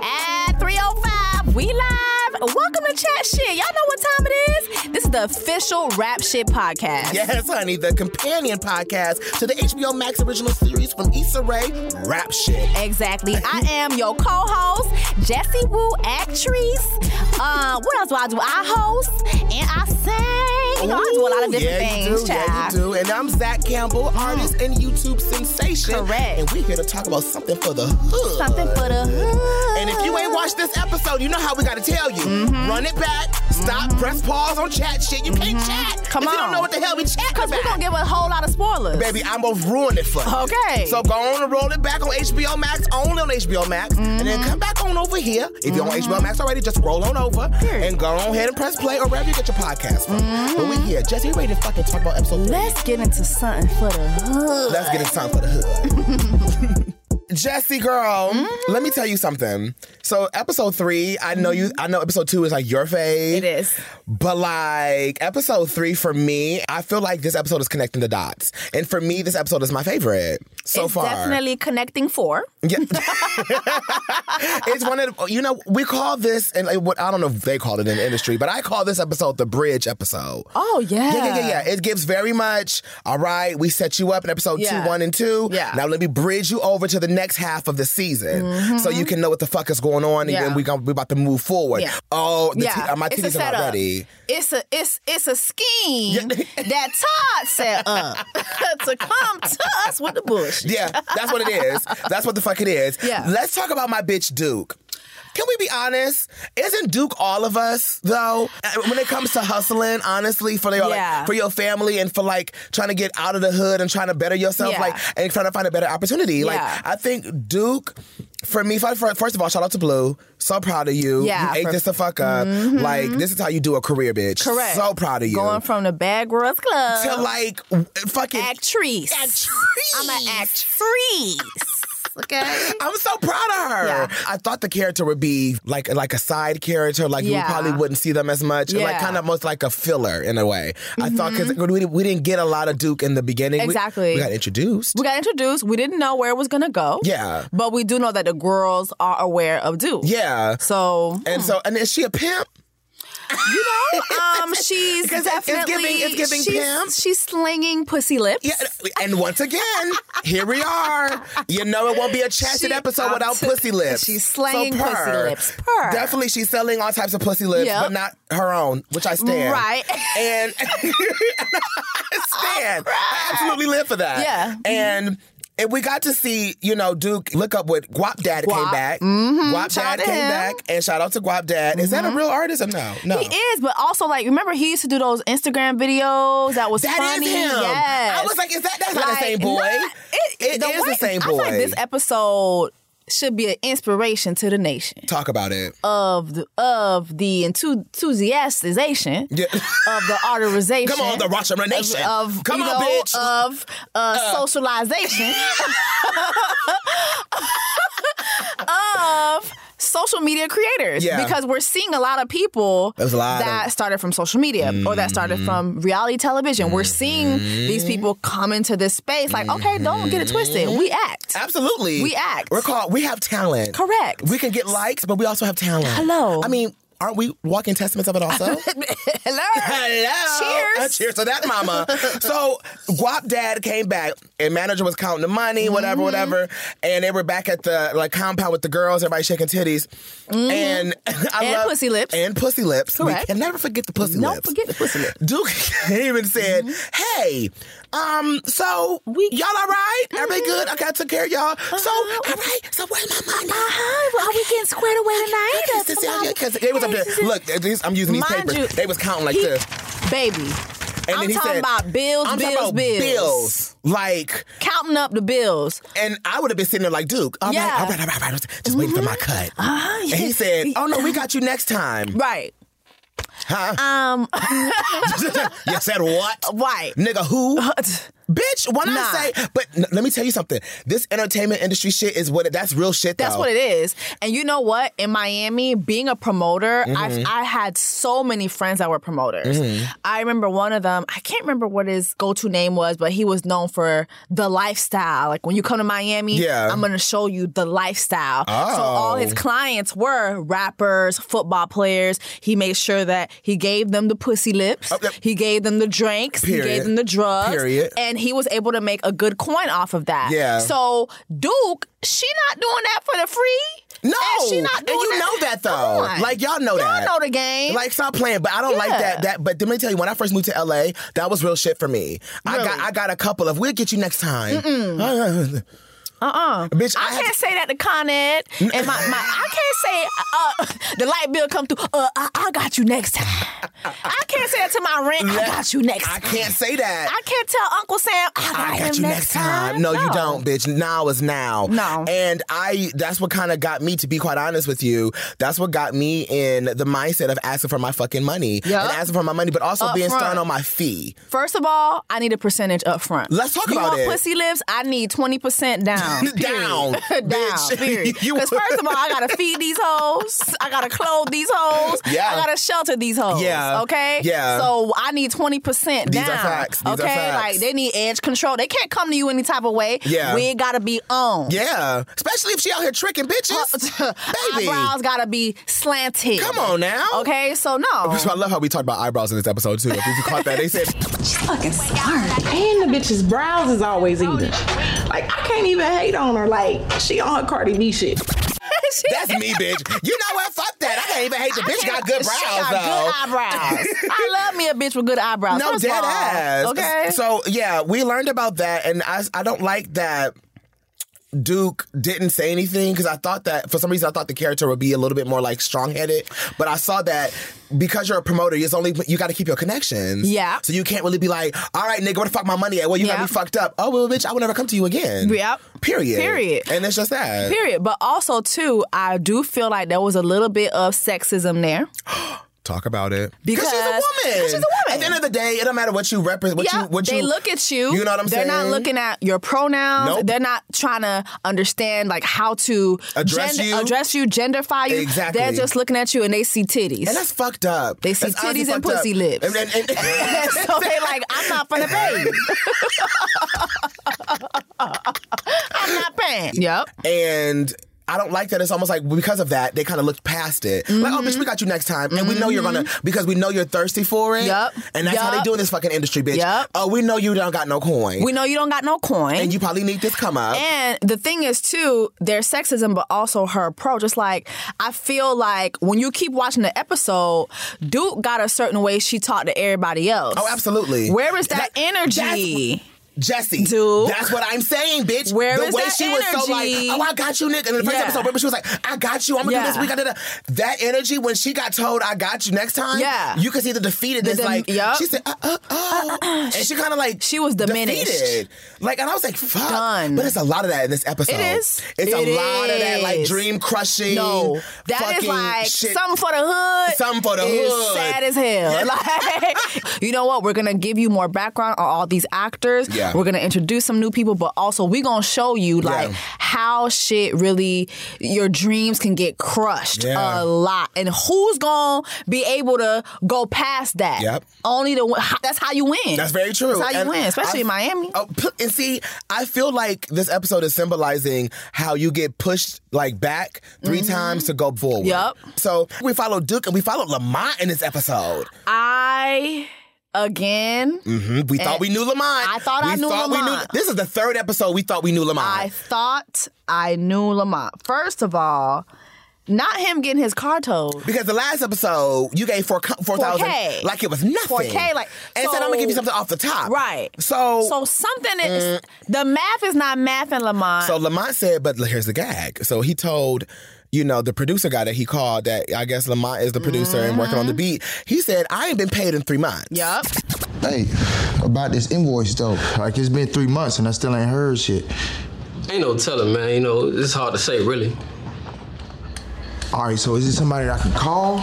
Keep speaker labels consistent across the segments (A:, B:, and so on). A: At 305, we live. Welcome to Chat Shit. Y'all know what time it is? This is the official Rap Shit podcast.
B: Yes, honey, the companion podcast to the HBO Max original series from Issa Rae, Rap Shit.
A: Exactly. I am your co-host, Jessie Wu, actress. Uh, what else do I do? I host and I sing. You know, I do a lot of
B: Ooh,
A: different
B: yeah,
A: things,
B: you do, Yeah,
A: child. Mm.
B: you do. And I'm Zach Campbell, artist and YouTube sensation.
A: Correct.
B: And we're here to talk about something for the hood.
A: Something for the Mm-hmm. hood.
B: And if you ain't watched this episode, you know how we got to tell you. Run it back, stop, press pause on chat shit. You can't chat
A: Mm-hmm. Come
B: if you
A: on.
B: don't know what the hell we chatting
A: Because
B: about.
A: we're going to give a whole lot of spoilers.
B: Baby, I'm gonna ruin it for you.
A: Okay.
B: So go on and roll it back on HBO Max, only on HBO Max, and then
A: Mm-hmm.
B: come back on over here. If you're on HBO Max already, just roll on over
A: Period. Mm-hmm.
B: and go on ahead and press play or wherever you get your podcast from. But we here, Jesse, we ready to fucking talk about episode three.
A: Let's get into something for the hood.
B: Let's get it time for the hood. Jesse girl,
A: Mm-hmm.
B: let me tell you something. So episode three, I know you I know episode two is like your
A: Mm-hmm.
B: fave.
A: It is.
B: But like episode three for me, I feel like this episode is connecting the dots. And for me, this episode is my favorite so
A: it's
B: far.
A: definitely connecting four.
B: Yeah. it's one of the, you know we call this and like, what I don't know if they call it in the industry, but I call this episode the bridge episode.
A: Oh,
B: Yeah, yeah, yeah, yeah. It gives very much. All right, we set you up in episode
A: Yeah.
B: two, one, and two.
A: Yeah.
B: Now let me bridge you over to the next half of the season, so you can know what the fuck is going on,
A: Mm-hmm.
B: and
A: Yeah.
B: then we going we about to move forward.
A: Yeah.
B: Oh, the
A: yeah,
B: te- uh, my
A: it's a
B: titties are
A: setup.
B: not ready.
A: It's a it's it's a scheme that Todd set up to come to us with the bush.
B: Yeah, that's what it is. That's what the fuck it is.
A: Yeah.
B: Let's talk about my bitch Duke. Can we be honest? Isn't Duke all of us though? Uh, When it comes to hustling, honestly, for your
A: Yeah.
B: like, for your family and for like trying to get out of the hood and trying to better yourself,
A: Yeah.
B: like and trying to find a better opportunity. Like
A: Yeah.
B: I think Duke. For me, for- for- first of all, shout out to Blue. So proud of you.
A: Yeah,
B: you ate
A: for- Mm-hmm.
B: this the fuck up. Like this is how you do a career, bitch.
A: Correct.
B: So proud of you.
A: Going from the Bad Girls Club
B: to like w- fucking
A: actress. I'm an actress. Okay.
B: I'm so proud of her.
A: Yeah.
B: I thought the character would be like like a side character, like we
A: Yeah.
B: probably wouldn't see them as much, and, like
A: Yeah. Mm-hmm.
B: kind of most like a filler in a way. I thought because we, we didn't get a lot of Duke in the beginning. We-
A: Exactly.
B: we, got introduced.
A: We got introduced. We didn't know where it was gonna go.
B: yeah,
A: But we do know that the girls are aware of Duke.
B: yeah.
A: So
B: And so, and is she a pimp?
A: you know, um, she's
B: Because it's
A: definitely
B: giving- it's giving
A: she's,
B: pimp.
A: She's slinging pussy lips.
B: Yeah, and once again, here we are. You know it won't be a chatted
A: She-
B: episode
A: I'm
B: without
A: t-
B: pussy lips.
A: she's slaying
B: purr.
A: pussy lips. Purr.
B: Definitely, she's selling all types of pussy lips,
A: Yep.
B: but not her own, which I stand.
A: Right.
B: And I stand. I absolutely live for that.
A: Yeah.
B: And. And we got to see, you know, Duke look up with Guap Dad came
A: Guap. Mm-hmm.
B: back. Guap
A: Shout out
B: Dad
A: to
B: came
A: him. Mm-hmm.
B: back, and shout out to Guap Dad. Is that a real artist or no? No,
A: He is, but also like remember he used to do those Instagram videos that was
B: That is
A: funny.
B: him.
A: Yes.
B: I was like, is that that's not the
A: Like,
B: same boy?
A: nah,
B: it is
A: way-
B: the same
A: I feel
B: boy.
A: like this episode should be an inspiration to the nation
B: Talk about it.
A: of the of the enthu- enthusiastization
B: Yeah.
A: of the arterization.
B: Come on, the Roshama Nation.
A: Of, of,
B: Come
A: you
B: on,
A: know,
B: bitch.
A: Of uh, socialization. of social media creators.
B: Yeah.
A: Because we're seeing a lot of people
B: There's a lot
A: that
B: of- Mm-hmm.
A: started from social media or that started from reality television. We're seeing these people come into this space like, okay, don't
B: Mm-hmm.
A: get it twisted. We act.
B: Absolutely.
A: We act.
B: We're called, Uh, we have talent.
A: Correct.
B: We can get likes, but we also have talent.
A: Hello.
B: I mean, aren't we walking testaments of it also?
A: Hello.
B: Hello.
A: Cheers.
B: Uh, cheers to that, mama. so, Guap Dad came back, and manager was counting the money,
A: Mm-hmm.
B: whatever, whatever. And they were back at the like compound with the girls, everybody shaking titties, and I
A: Mm-hmm. And
B: love,
A: pussy lips.
B: and pussy lips.
A: Correct.
B: We can never forget the pussy
A: Don't
B: lips.
A: forget the pussy lip.
B: Duke even said, "Hey, um, so
A: We- Mm-hmm. Uh-huh.
B: y'all all right? Everybody good? Okay, I took care of y'all. So, all right. So where's my money?
A: Hi, are we getting squared away tonight?
B: Yes,
A: Or
B: Cecilia,
A: tomorrow?
B: because they was up there.
A: Hey, Cecilia.
B: Look, these, I'm using these
A: Mind
B: papers.
A: you,
B: they was counting like
A: he-
B: this.
A: baby.
B: And
A: I'm
B: then he
A: talking
B: said,
A: about bills,
B: I'm
A: bills,
B: talking about
A: bills.
B: bills. Like,
A: Counting up the bills.
B: and I would have been sitting there like, Duke, all right,
A: Yeah.
B: all right, all right, all right. Just waiting for my cut.
A: Ah,
B: And he
A: yeah.
B: said, oh, no, we got you next time.
A: Right.
B: Huh?
A: Um.
B: you said what?
A: Right.
B: Nigga, who? Bitch, when
A: Nah.
B: I say, but n- let me tell you something. This entertainment industry shit is what it, that's real shit.
A: That's
B: though.
A: what it is. And you know what? In Miami, being a promoter,
B: Mm-hmm.
A: I've, I had so many friends that were promoters. I remember one of them, I can't remember what his go to name was, but he was known for the lifestyle. Like when you come to Miami,
B: Yeah.
A: I'm going to show you the lifestyle. So all his
B: Oh.
A: clients were rappers, football players. He made sure that he gave them the pussy lips,
B: Okay.
A: he gave them the drinks, he gave
B: Oh, Period.
A: them the drugs.
B: Period.
A: And he was able to make a good coin off of that.
B: Yeah.
A: So Duke, she not doing that for the free.
B: No,
A: and she not
B: and
A: doing
B: you
A: that.
B: know that
A: Come
B: though.
A: on.
B: Like y'all know that.
A: Y'all know the game.
B: Like stop playing, but I don't like
A: Yeah.
B: that. That, but let me tell you, when I first moved to LA, that was real shit for me. I got,
A: Really?
B: I got a couple of. We'll get you next time. Uh-uh. Bitch, I,
A: Uh-uh. I
B: had Mm.
A: can't say that to Con Ed. And my, my I can't say uh, the light bill come through. Uh, I, I got you next time. I can't say that to my rent. I got you next.
B: I
A: time.
B: can't say that.
A: I can't tell Uncle Sam. I got,
B: I
A: him
B: got you next time. No, you don't, bitch. Now is now.
A: No.
B: And I that's what kind of got me to be quite honest with you. That's what got me in the mindset of asking for my fucking money.
A: Yup.
B: And asking for my money, but also
A: Up
B: being
A: front.
B: stern on my fee.
A: First of all, I need a percentage up front.
B: Let's talk
A: you
B: about
A: want
B: it.
A: pussy lips? I need 20% down. period.
B: Down,
A: down.
B: bitch.
A: Period.
B: You-
A: Because first of all, I got to feed these hoes. I got to clothe these hoes.
B: Yeah.
A: I got to shelter these hoes.
B: Yeah.
A: Okay?
B: Yeah.
A: So I need 20%
B: These
A: down.
B: are facts. These are
A: okay?
B: facts.
A: Like they need edge control. They can't come to you any type of way.
B: Yeah.
A: We got to be on.
B: Yeah. Especially if she out here tricking bitches. Baby.
A: Eyebrows got to be slanted.
B: Come on now.
A: Okay? So no.
B: So I love how we talked about eyebrows in this episode too. If you caught that, they said
C: fucking smart.
D: And the bitch's brows is always even. Like I can't even hate on her. Like she on her Cardi B shit.
B: that's me, bitch. You know what? Fuck that. I can't even hate the bitch. Got good brows
A: She got
B: though.
A: Good eyebrows. I love me a bitch with good eyebrows.
B: No,
A: First of
B: dead
A: all,
B: ass.
A: Okay.
B: So yeah, we learned about that, and I I don't like that. Duke didn't say anything because I thought that for some reason I thought the character would be a little bit more like strong headed, but I saw that because you're a promoter, it's only you got to keep your connections.
A: Yeah.
B: So you can't really be like, all right, nigga, where the fuck my money at? Well, you got
A: Yeah.
B: me fucked up. Oh well, bitch, I will never come to you again.
A: Yep.
B: Period.
A: Period.
B: And it's just that.
A: Period. But also, too, I do feel like there was a little bit of sexism there.
B: Talk about it she's a
A: Because-
B: woman.
A: 'cause she's a woman.
B: At the end of the day, it don't matter what you represent. What
A: Yeah,
B: you what
A: they
B: you
A: look at you.
B: You know what I'm
A: They're not
B: saying?
A: looking at your pronouns.
B: Nope.
A: They're not trying to understand like how to
B: Address
A: gender,
B: you.
A: address you, genderfy you.
B: Exactly.
A: They're just looking at you and they see titties.
B: And that's fucked up.
A: They see
B: That's honestly
A: titties and
B: fucked
A: pussy
B: up.
A: lips.
B: And, and, and-
A: so they like, I'm not finna pay. I'm not paying. Yep.
B: and I don't like that. It's almost like because of that, they kind of looked past it. Like, oh, bitch,
A: Mm-hmm.
B: we got you next time. And we know you're going to, because we know you're thirsty for it.
A: Yup.
B: And that's how they
A: Yup.
B: do in this fucking industry, bitch.
A: Yup.
B: Oh, we know you don't got no coin.
A: We know you don't got no coin.
B: and you probably need this come up.
A: And the thing is, too, there's sexism, but also her approach. It's like, I feel like when you keep watching the episode, Duke got a certain way she talked to everybody else.
B: Oh, absolutely.
A: Where is that,
B: That-
A: energy?
B: Jesse.
A: Duke.
B: That's what I'm saying, bitch.
A: Where
B: the
A: is
B: way
A: that
B: she was so like,
A: energy?
B: oh, I got you, Nick. And in the first
A: Yeah.
B: episode, remember she was like, I got you. I'm gonna do
A: Yeah.
B: this. We got it. That energy when she got told, I got you next time.
A: Yeah.
B: You could see the defeatedness.
A: The dem-
B: like,
A: yup.
B: she said, uh, uh, oh. and she kind of like,
A: She was diminished.
B: defeated. Like, and I was like, fuck.
A: Done.
B: But it's a lot of that in this episode.
A: It is.
B: It's a
A: It
B: lot of that like
A: is.
B: dream crushing.
A: no, that
B: fucking
A: is like
B: shit.
A: something for the hood.
B: Something for the
A: is
B: hood.
A: Sad as hell. Like, you know what? We're gonna give you more background on all these actors.
B: Yeah.
A: We're gonna introduce some new people, but also we gonna show you like
B: Yeah.
A: how shit really your dreams can get crushed
B: Yeah.
A: a lot, and who's gonna be able to go past that?
B: Yep.
A: Only the one- that's how you win.
B: That's very true.
A: That's how you
B: And
A: win, especially
B: I-
A: in Miami.
B: Oh, p- and see, I feel like this episode is symbolizing how you get pushed like back 3 times to go forward.
A: Mm-hmm. Yup.
B: So we followed Duke and we followed Lamont in this episode.
A: I again.
B: hmm We thought we knew Lamont.
A: I thought
B: we
A: I knew
B: thought We knew,
A: Lamont.
B: this is the third episode we thought we knew Lamont.
A: I thought I knew Lamont. First of all, not him getting his car towed.
B: because the last episode you gave four four thousand
A: 4K.
B: like it was nothing.
A: 4K, like,
B: and said
A: so-
B: I'm gonna give you something off the top.
A: Right.
B: So mm.
A: So something is the math is not math in Lamont.
B: So Lamont said, but here's the gag. So he told, you know, the producer guy that he called that I guess Lamont is the producer and working on the
A: Mm-hmm.
B: beat. He said, I ain't been paid in three months.
A: Yup.
C: Hey, about this invoice though. Like it's been three months and I still ain't heard shit.
E: Ain't no telling, man. You know, it's hard to say, really.
C: All right, so is it somebody that I can call?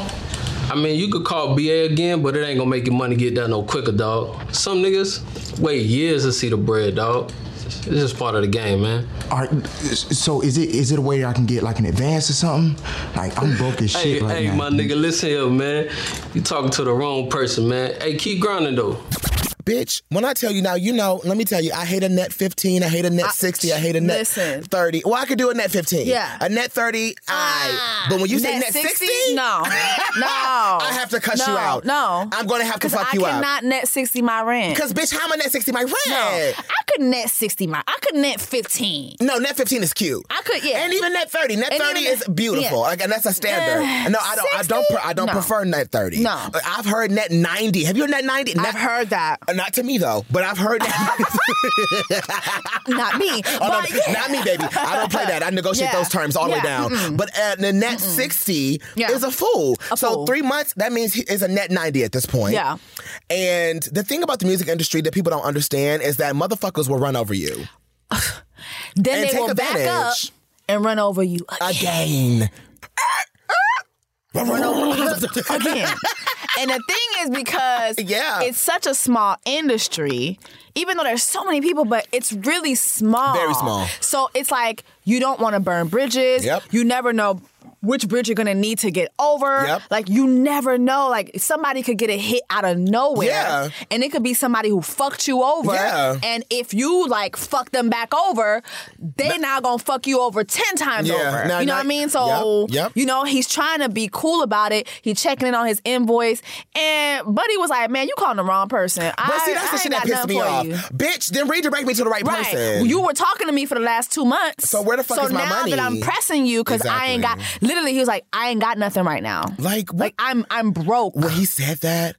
E: I mean, you could call BA again, but it ain't gonna make your money get done no quicker, dog. Some niggas wait years to see the bread, dog. It's just part of the game, man.
C: All right, so is it is it a way that I can get like an advance or something? Like I'm broke as
E: Hey,
C: shit right
E: hey,
C: now.
E: my nigga, listen here, man. You talking to the wrong person, man. Hey, keep grinding though.
B: Bitch, when I tell you now, you know, let me tell you, I hate a net 15, I hate a net 60, I hate a net
A: listen.
B: 30. Well, I could do a net 15.
A: Yeah. Ah.
B: A net 30, I. But when you say net 60,
A: no, no, I
B: have to cuss
A: no,
B: you out.
A: No,
B: I'm gonna have to
A: 'Cause
B: fuck
A: I
B: you up.
A: cannot net sixty my rent.
B: Because, bitch, how am I net 60 my rent?
A: no, I could net sixty my. I could net fifteen.
B: No, net 15 is cute.
A: I could- yeah.
B: And even net 30. Net
A: And
B: 30
A: even
B: is
A: that-
B: beautiful.
A: yeah.
B: Like, and that's a standard.
A: Uh,
B: no, I don't I don't pre- I don't
A: 60?
B: prefer net 30.
A: No.
B: Uh, I've heard net 90. Have you heard net 90? Net,
A: I've heard that.
B: Uh, Not to me though, but I've heard that.
A: Not me.
B: Oh, no,
A: but yeah.
B: Not me, baby. I don't play that. I negotiate
A: Yeah.
B: those terms all the way
A: Yeah.
B: down. But uh, the net 60
A: Yeah.
B: is a fool.
A: A
B: so
A: fool.
B: three months, that means he is a net 90 at this point.
A: Yeah.
B: And the thing about the music industry that people don't understand is that motherfuckers will run over you
A: Then
B: and
A: they
B: take
A: will
B: advantage.
A: back up and run over you
B: again.
A: again. and the thing is because
B: Yeah.
A: it's such a small industry, even though there's so many people, but it's really small.
B: Very small.
A: So it's like you don't want to burn bridges.
B: Yep.
A: You never know which bridge you're gonna need to get over.
B: Yep.
A: Like you never know. Like somebody could get a hit out of nowhere.
B: Yeah.
A: And it could be somebody who fucked you over.
B: Yeah.
A: And if you like fuck them back over, they now gonna fuck you over ten times
B: Yeah.
A: over.
B: Now-
A: you know
B: now-
A: what I mean? So
B: Yep. Yep.
A: you know, he's trying to be cool about it. He checking in on his invoice, and Buddy was like, "Man, you calling the wrong person."
B: But
A: I,
B: see, that's
A: I
B: the
A: ain't
B: shit that
A: got
B: pissed
A: nothing
B: me
A: for
B: off.
A: you."
B: Bitch, then redirect me to the right,
A: Right,
B: person.
A: you were talking to me for the last two months.
B: So where the fuck
A: so
B: is my
A: now
B: money?
A: that I'm pressing you because I ain't got.
B: Exactly.
A: Literally, he was like, "I ain't got nothing right now.
B: like, what?
A: Like I'm, I'm broke."
B: when he said that,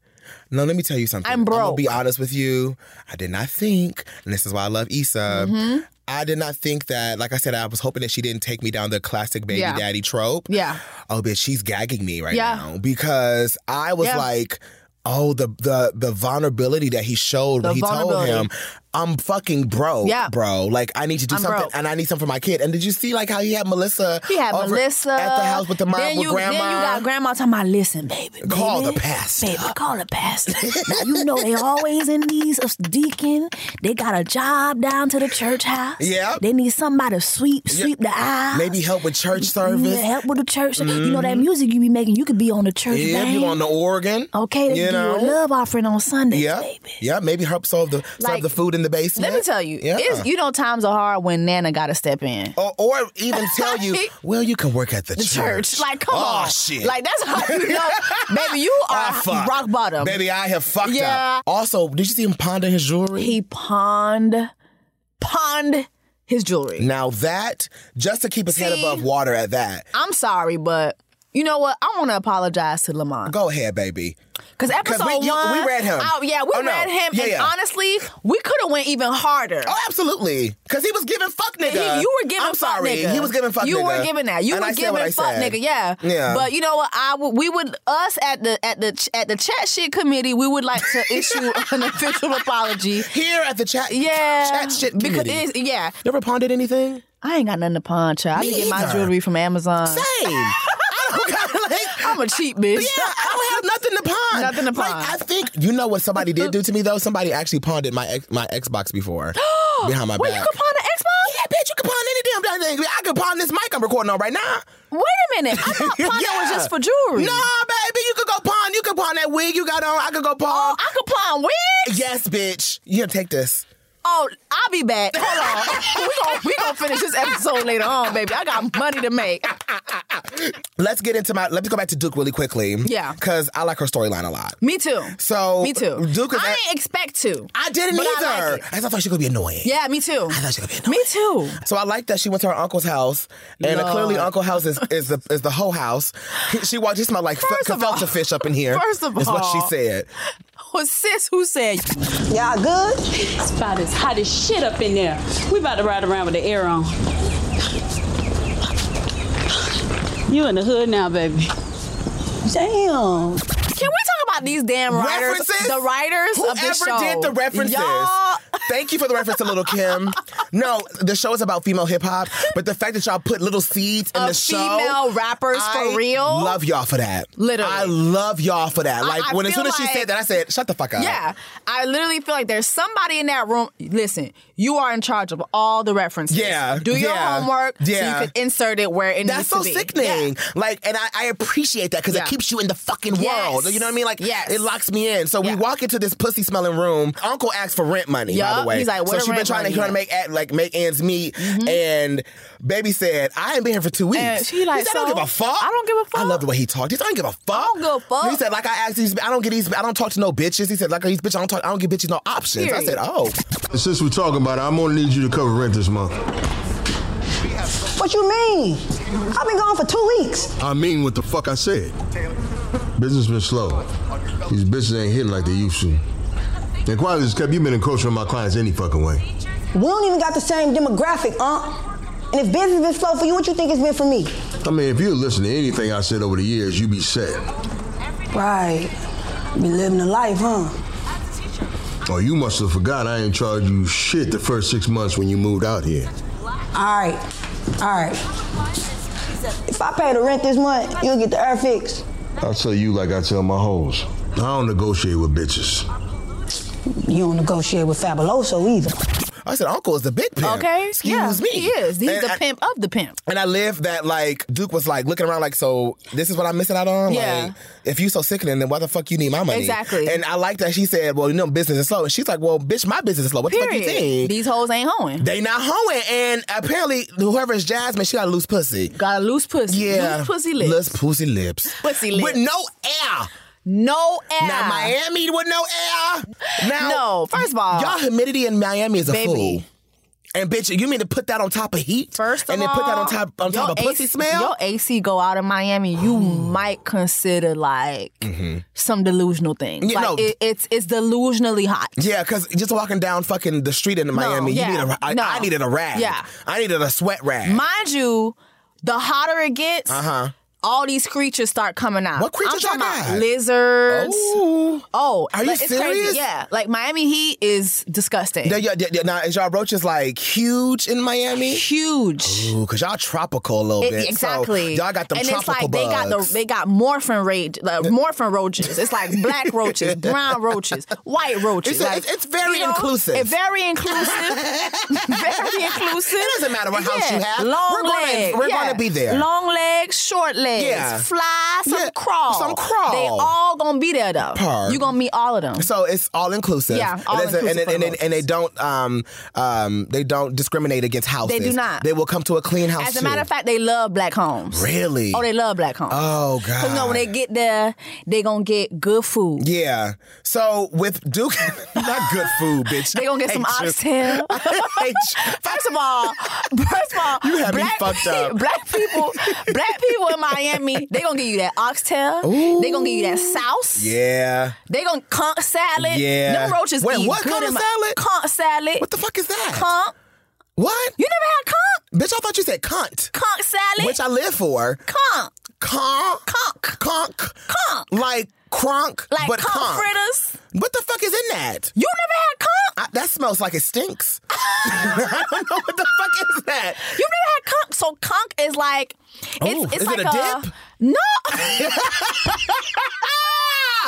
B: no, let me tell you something.
A: I'm
B: gonna
A: broke.
B: be honest with you. I did not think, and this is why I love Issa.
A: Mm-hmm.
B: I did not think that, like I said, I was hoping that she didn't take me down the classic baby
A: Yeah.
B: daddy trope.
A: Yeah.
B: Oh, bitch, she's gagging me right
A: Yeah.
B: now because I was
A: Yeah.
B: like, oh, the the the vulnerability that he showed
A: The
B: when he told
A: vulnerability.
B: him, I'm fucking broke,
A: Yeah.
B: bro. Like I need to do
A: I'm
B: something,
A: broke.
B: and I need something for my kid. And did you see like how he had Melissa?
A: He had
B: over
A: Melissa
B: at the house with the mom
A: Then
B: with
A: you,
B: grandma.
A: Then you got grandma talking about, listen, baby.
B: Call
A: baby,
B: the pastor."
A: Baby, call the pastor. now you know they always in these of deacon. They got a job down to the church house.
B: Yep.
A: They need somebody to sweep, sweep the aisle.
B: Maybe help with church
A: You need
B: service. Mm-hmm.
A: help with the church. You know that music you be making. You could be on the church
B: Yeah,
A: band.
B: you on the organ.
A: okay, they
B: you
A: do a love offering on Sundays,
B: Yeah,
A: baby.
B: yeah. Maybe help solve the
A: Like,
B: solve the food in the basement.
A: Let me tell you,
B: Yeah.
A: it's, you know times are hard when Nana got to step in.
B: or, or even tell you, well, you can work at the,
A: the church. Like, come
B: oh,
A: on.
B: shit.
A: Like, that's how you know. Baby, you
B: Ah,
A: are
B: fuck.
A: rock bottom.
B: Baby, I have fucked
A: Yeah.
B: up. Also, did you see him ponder his jewelry?
A: He pawned, pawned his jewelry.
B: now that just to keep his head
A: See?
B: above water at that.
A: I'm sorry, but you know what? I want to apologize to Lamont.
B: Go ahead, baby.
A: Because episode
B: we- you-
A: one,
B: we read him.
A: Oh yeah, we
B: Oh, no.
A: read him,
B: Yeah,
A: and
B: yeah.
A: honestly, we could have went even harder.
B: Oh, absolutely. Because he was giving fuck
A: He-
B: nigga.
A: you were giving
B: I'm
A: fuck
B: sorry.
A: nigga.
B: He was giving fuck
A: You
B: nigga.
A: were giving that. You
B: And
A: were
B: I said what I
A: giving fuck
B: said.
A: nigga. Yeah.
B: Yeah.
A: But you know what? I would. We would us at the at the ch- at the chat shit committee. We would like to issue an official apology.
B: Here at the chat,
A: Yeah.
B: chat shit
A: because it's,
B: committee.
A: yeah,
B: You ever pondered anything?
A: I ain't got nothing to pawn, child. I
B: Me
A: can get my
B: either.
A: jewelry from Amazon.
B: Same. I don't got like
A: I'm a cheap bitch.
B: Yeah, I don't have nothing to pawn.
A: Nothing to
B: Like,
A: pawn.
B: I think you know what somebody did do to me though. Somebody actually pawned my ex- my Xbox before behind my
A: Wait,
B: back.
A: you could pawn an Xbox?
B: yeah, bitch, you can pawn any damn damn thing. I can pawn this mic I'm recording on right now.
A: Wait a minute. I thought pawn that was
B: Yeah.
A: just for jewelry.
B: No, baby, you could go pawn. You could pawn that wig you got on. I could go
A: Oh,
B: pawn.
A: I could pawn wigs?
B: yes, bitch. You gonna take this?
A: Oh, I'll be back. Hold on. we gonna we gonna finish this episode later on, baby. I got money to make.
B: Let's get into my. Let's go back to Duke really quickly.
A: Yeah.
B: because I like her storyline a lot.
A: Me too.
B: So
A: me too.
B: Duke is
A: I
B: at-
A: didn't expect to.
B: I didn't
A: But I
B: either.
A: like it.
B: I, thought she could be annoying.
A: Yeah, me too.
B: I thought she could be annoying.
A: Me too.
B: So I like that she went to her uncle's house, and uh, clearly
A: Lord.
B: uncle house is, is the is the whole house. He- She walked. She smelled like fe-
A: First of all-
B: gefilte fish up in here.
A: First of
B: is what she
A: all-
B: said.
A: Was sis who said
F: Y'all good?
G: It's about as hot as shit up in there. We about to ride around with the air on. You in the hood now, baby. Damn.
A: Can we talk about these damn writers?
B: References.
A: The writers
B: Whoever
A: of this show.
B: did the references.
A: Y'all,
B: Thank you for the reference to Little Kim. No, the show is about female hip hop, but the fact that y'all put little seeds in
A: Of
B: the show.
A: female rappers for
B: I
A: real?
B: Love y'all for that.
A: Literally.
B: I love y'all for that.
A: I-
B: Like
A: I
B: when as
A: feel
B: soon as she
A: like-
B: said that, I said, "Shut the fuck up."
A: yeah. I literally feel like there's somebody in that room. Listen, you are in charge of all the references.
B: Yeah,
A: Do your
B: yeah,
A: homework
B: yeah.
A: so you can insert it where it
B: That's
A: needs
B: so
A: to be.
B: sickening. Like, and I, I appreciate that because
A: Yeah.
B: it keeps you in the fucking
A: Yes.
B: world. You know what I mean? Like,
A: Yes.
B: it locks me in. So
A: Yeah.
B: we walk into this pussy smelling room. Uncle asks for rent money. By
A: Yup.
B: the way,
A: He's like, "Where
B: so
A: the
B: she's been
A: rent
B: trying to
A: money
B: trying
A: at?" Mm-hmm.
B: to make at, like make ends meet. And baby said, "I ain't been here for two weeks."
A: And she like,
B: he said, "I don't
A: "So?
B: give a fuck."
A: I don't give a
B: I
A: fuck.
B: love the way he talked. He said, "I don't give a fuck."
A: don't give a fuck.
B: He said, "Like I asked these, I don't get these, I don't talk to no bitches." He said, "Like these bitches, I don't talk, I don't give bitches no options." I
A: Period.
B: said, "Oh."
H: Since we're talking about it, I'm gonna need you to cover rent this month.
F: What you mean? I've been gone for two weeks.
H: I mean what the fuck I said. Business been slow. These bitches ain't hitting like they used to. And quietly just kept you been encroaching on my clients any fucking way.
F: We don't even got the same demographic, uh. And if business been slow for you, what you think it's been for me?
H: I mean, if you listen to anything I said over the years, you be set.
F: Right. Be living a life, huh?
H: Oh, you must have forgot I ain't charged you shit the first six months when you moved out here.
F: All right. All right. If I pay the rent this month, you'll get the air fix.
H: I'll tell you like I tell my hoes. I don't negotiate with bitches.
F: You don't negotiate with Fabuloso either.
B: I said, Uncle is the big pimp.
A: Okay.
B: Excuse
A: yeah,
B: me.
A: He is. He's
B: And
A: the
B: I-
A: pimp of the pimp.
B: And I live that like Duke was like looking around like, so this is what I'm missing out on.
A: Yeah.
B: Like, if you so sickening, then why the fuck you need my money?
A: Exactly.
B: And I like that she said, well, you know, business is slow. And she's like, well, bitch, my business is slow. What the
A: Period.
B: fuck you think?
A: These hoes ain't hoeing.
B: they not hoeing. And apparently, whoever's Jasmine, she got a loose pussy.
A: Got a loose pussy.
B: Yeah.
A: Loose pussy lips.
B: Loose pussy lips.
A: Pussy lips.
B: With no air.
A: No air.
B: Now Miami with no air. Now,
A: No, first of all-
B: y'all humidity in Miami is a
A: Baby.
B: fool. And bitch, you mean to put that on top of heat?
A: First of
B: and
A: all,
B: then put that on top on
A: your
B: top of pussy
A: AC
B: smell?
A: Your AC go out in Miami, you might consider like some delusional things.
B: Mm-hmm. Yeah,
A: like
B: no.
A: it, it's it's delusionally hot.
B: Yeah, because just walking down fucking the street in Miami,
A: yeah,
B: you need a, I,
A: no.
B: I needed a rag.
A: Yeah.
B: I needed a sweat rag.
A: Mind you, the hotter it gets, uh-huh. all these creatures start coming out.
B: What creatures
A: I'm talking
B: y'all
A: about
B: got?
A: lizards.
B: Ooh.
A: Oh,
B: Are you
A: like, it's crazy.
B: serious?
A: Yeah, like Miami heat is disgusting.
B: Yeah, yeah, yeah, yeah. Now, is y'all roaches like huge in Miami?
A: Huge.
B: Ooh, because y'all tropical a little
A: It-
B: bit. So
A: exactly.
B: y'all got them
A: and it's
B: tropical
A: like they
B: bugs.
A: got the they got morphin rage like morphin roaches. It's like black roaches, brown roaches, white roaches.
B: It's-
A: like,
B: it's- it's very
A: you know,
B: inclusive.
A: It's very inclusive. very inclusive.
B: It doesn't matter what house you have.
A: Long
B: We're gonna-
A: leg.
B: we're
A: yeah.
B: gonna be there.
A: Long legs, short legs,
B: Yeah.
A: fly, some
B: Yeah,
A: crawl.
B: some crawl.
A: They all gonna be there though.
B: Purr.
A: You gonna meet all of them.
B: So it's all inclusive.
A: Yeah, all
B: and, it's a- and,
A: inclusive
B: it-
A: for
B: and,
A: the
B: it- and they
A: roaches.
B: don't um um they don't discriminate against houses.
A: do not.
B: They will come to a clean house.
A: As a
B: too.
A: matter of fact, they love black homes.
B: Really?
A: Oh, they love black homes.
B: Oh,
A: Cause you know when they get there, they gonna get good food.
B: Yeah. So with Duke, not good food, bitch.
A: They gonna get some
B: Hate you.
A: oxtail.
B: I hate you.
A: First of all, first of all,
B: You had me
A: black,
B: fucked up.
A: black people, black people in Miami, they gonna give you that oxtail. They gonna give you that sauce.
B: Yeah.
A: They gonna conch salad.
B: Yeah.
A: Them roaches
B: Wait,
A: eat
B: what
A: good
B: kind of
A: in my-
B: salad?
A: Conch salad.
B: What the fuck is that?
A: Conch.
B: What?
A: You never had conch?
B: Bitch, I thought you said cunt.
A: Conch salad.
B: Which I live for.
A: conch.
B: Conk.
A: Conch.
B: Conk.
A: Conch.
B: Like cronk,
A: Like
B: but
A: conch
B: conk.
A: fritters.
B: What the fuck is in that?
A: You never had conch?
B: I, that smells like it stinks. I don't know what the fuck is that.
A: You never had conch. So conch is like, it's,
B: Ooh,
A: it's
B: Oh, is
A: like
B: it a dip?
A: No.
B: Ah,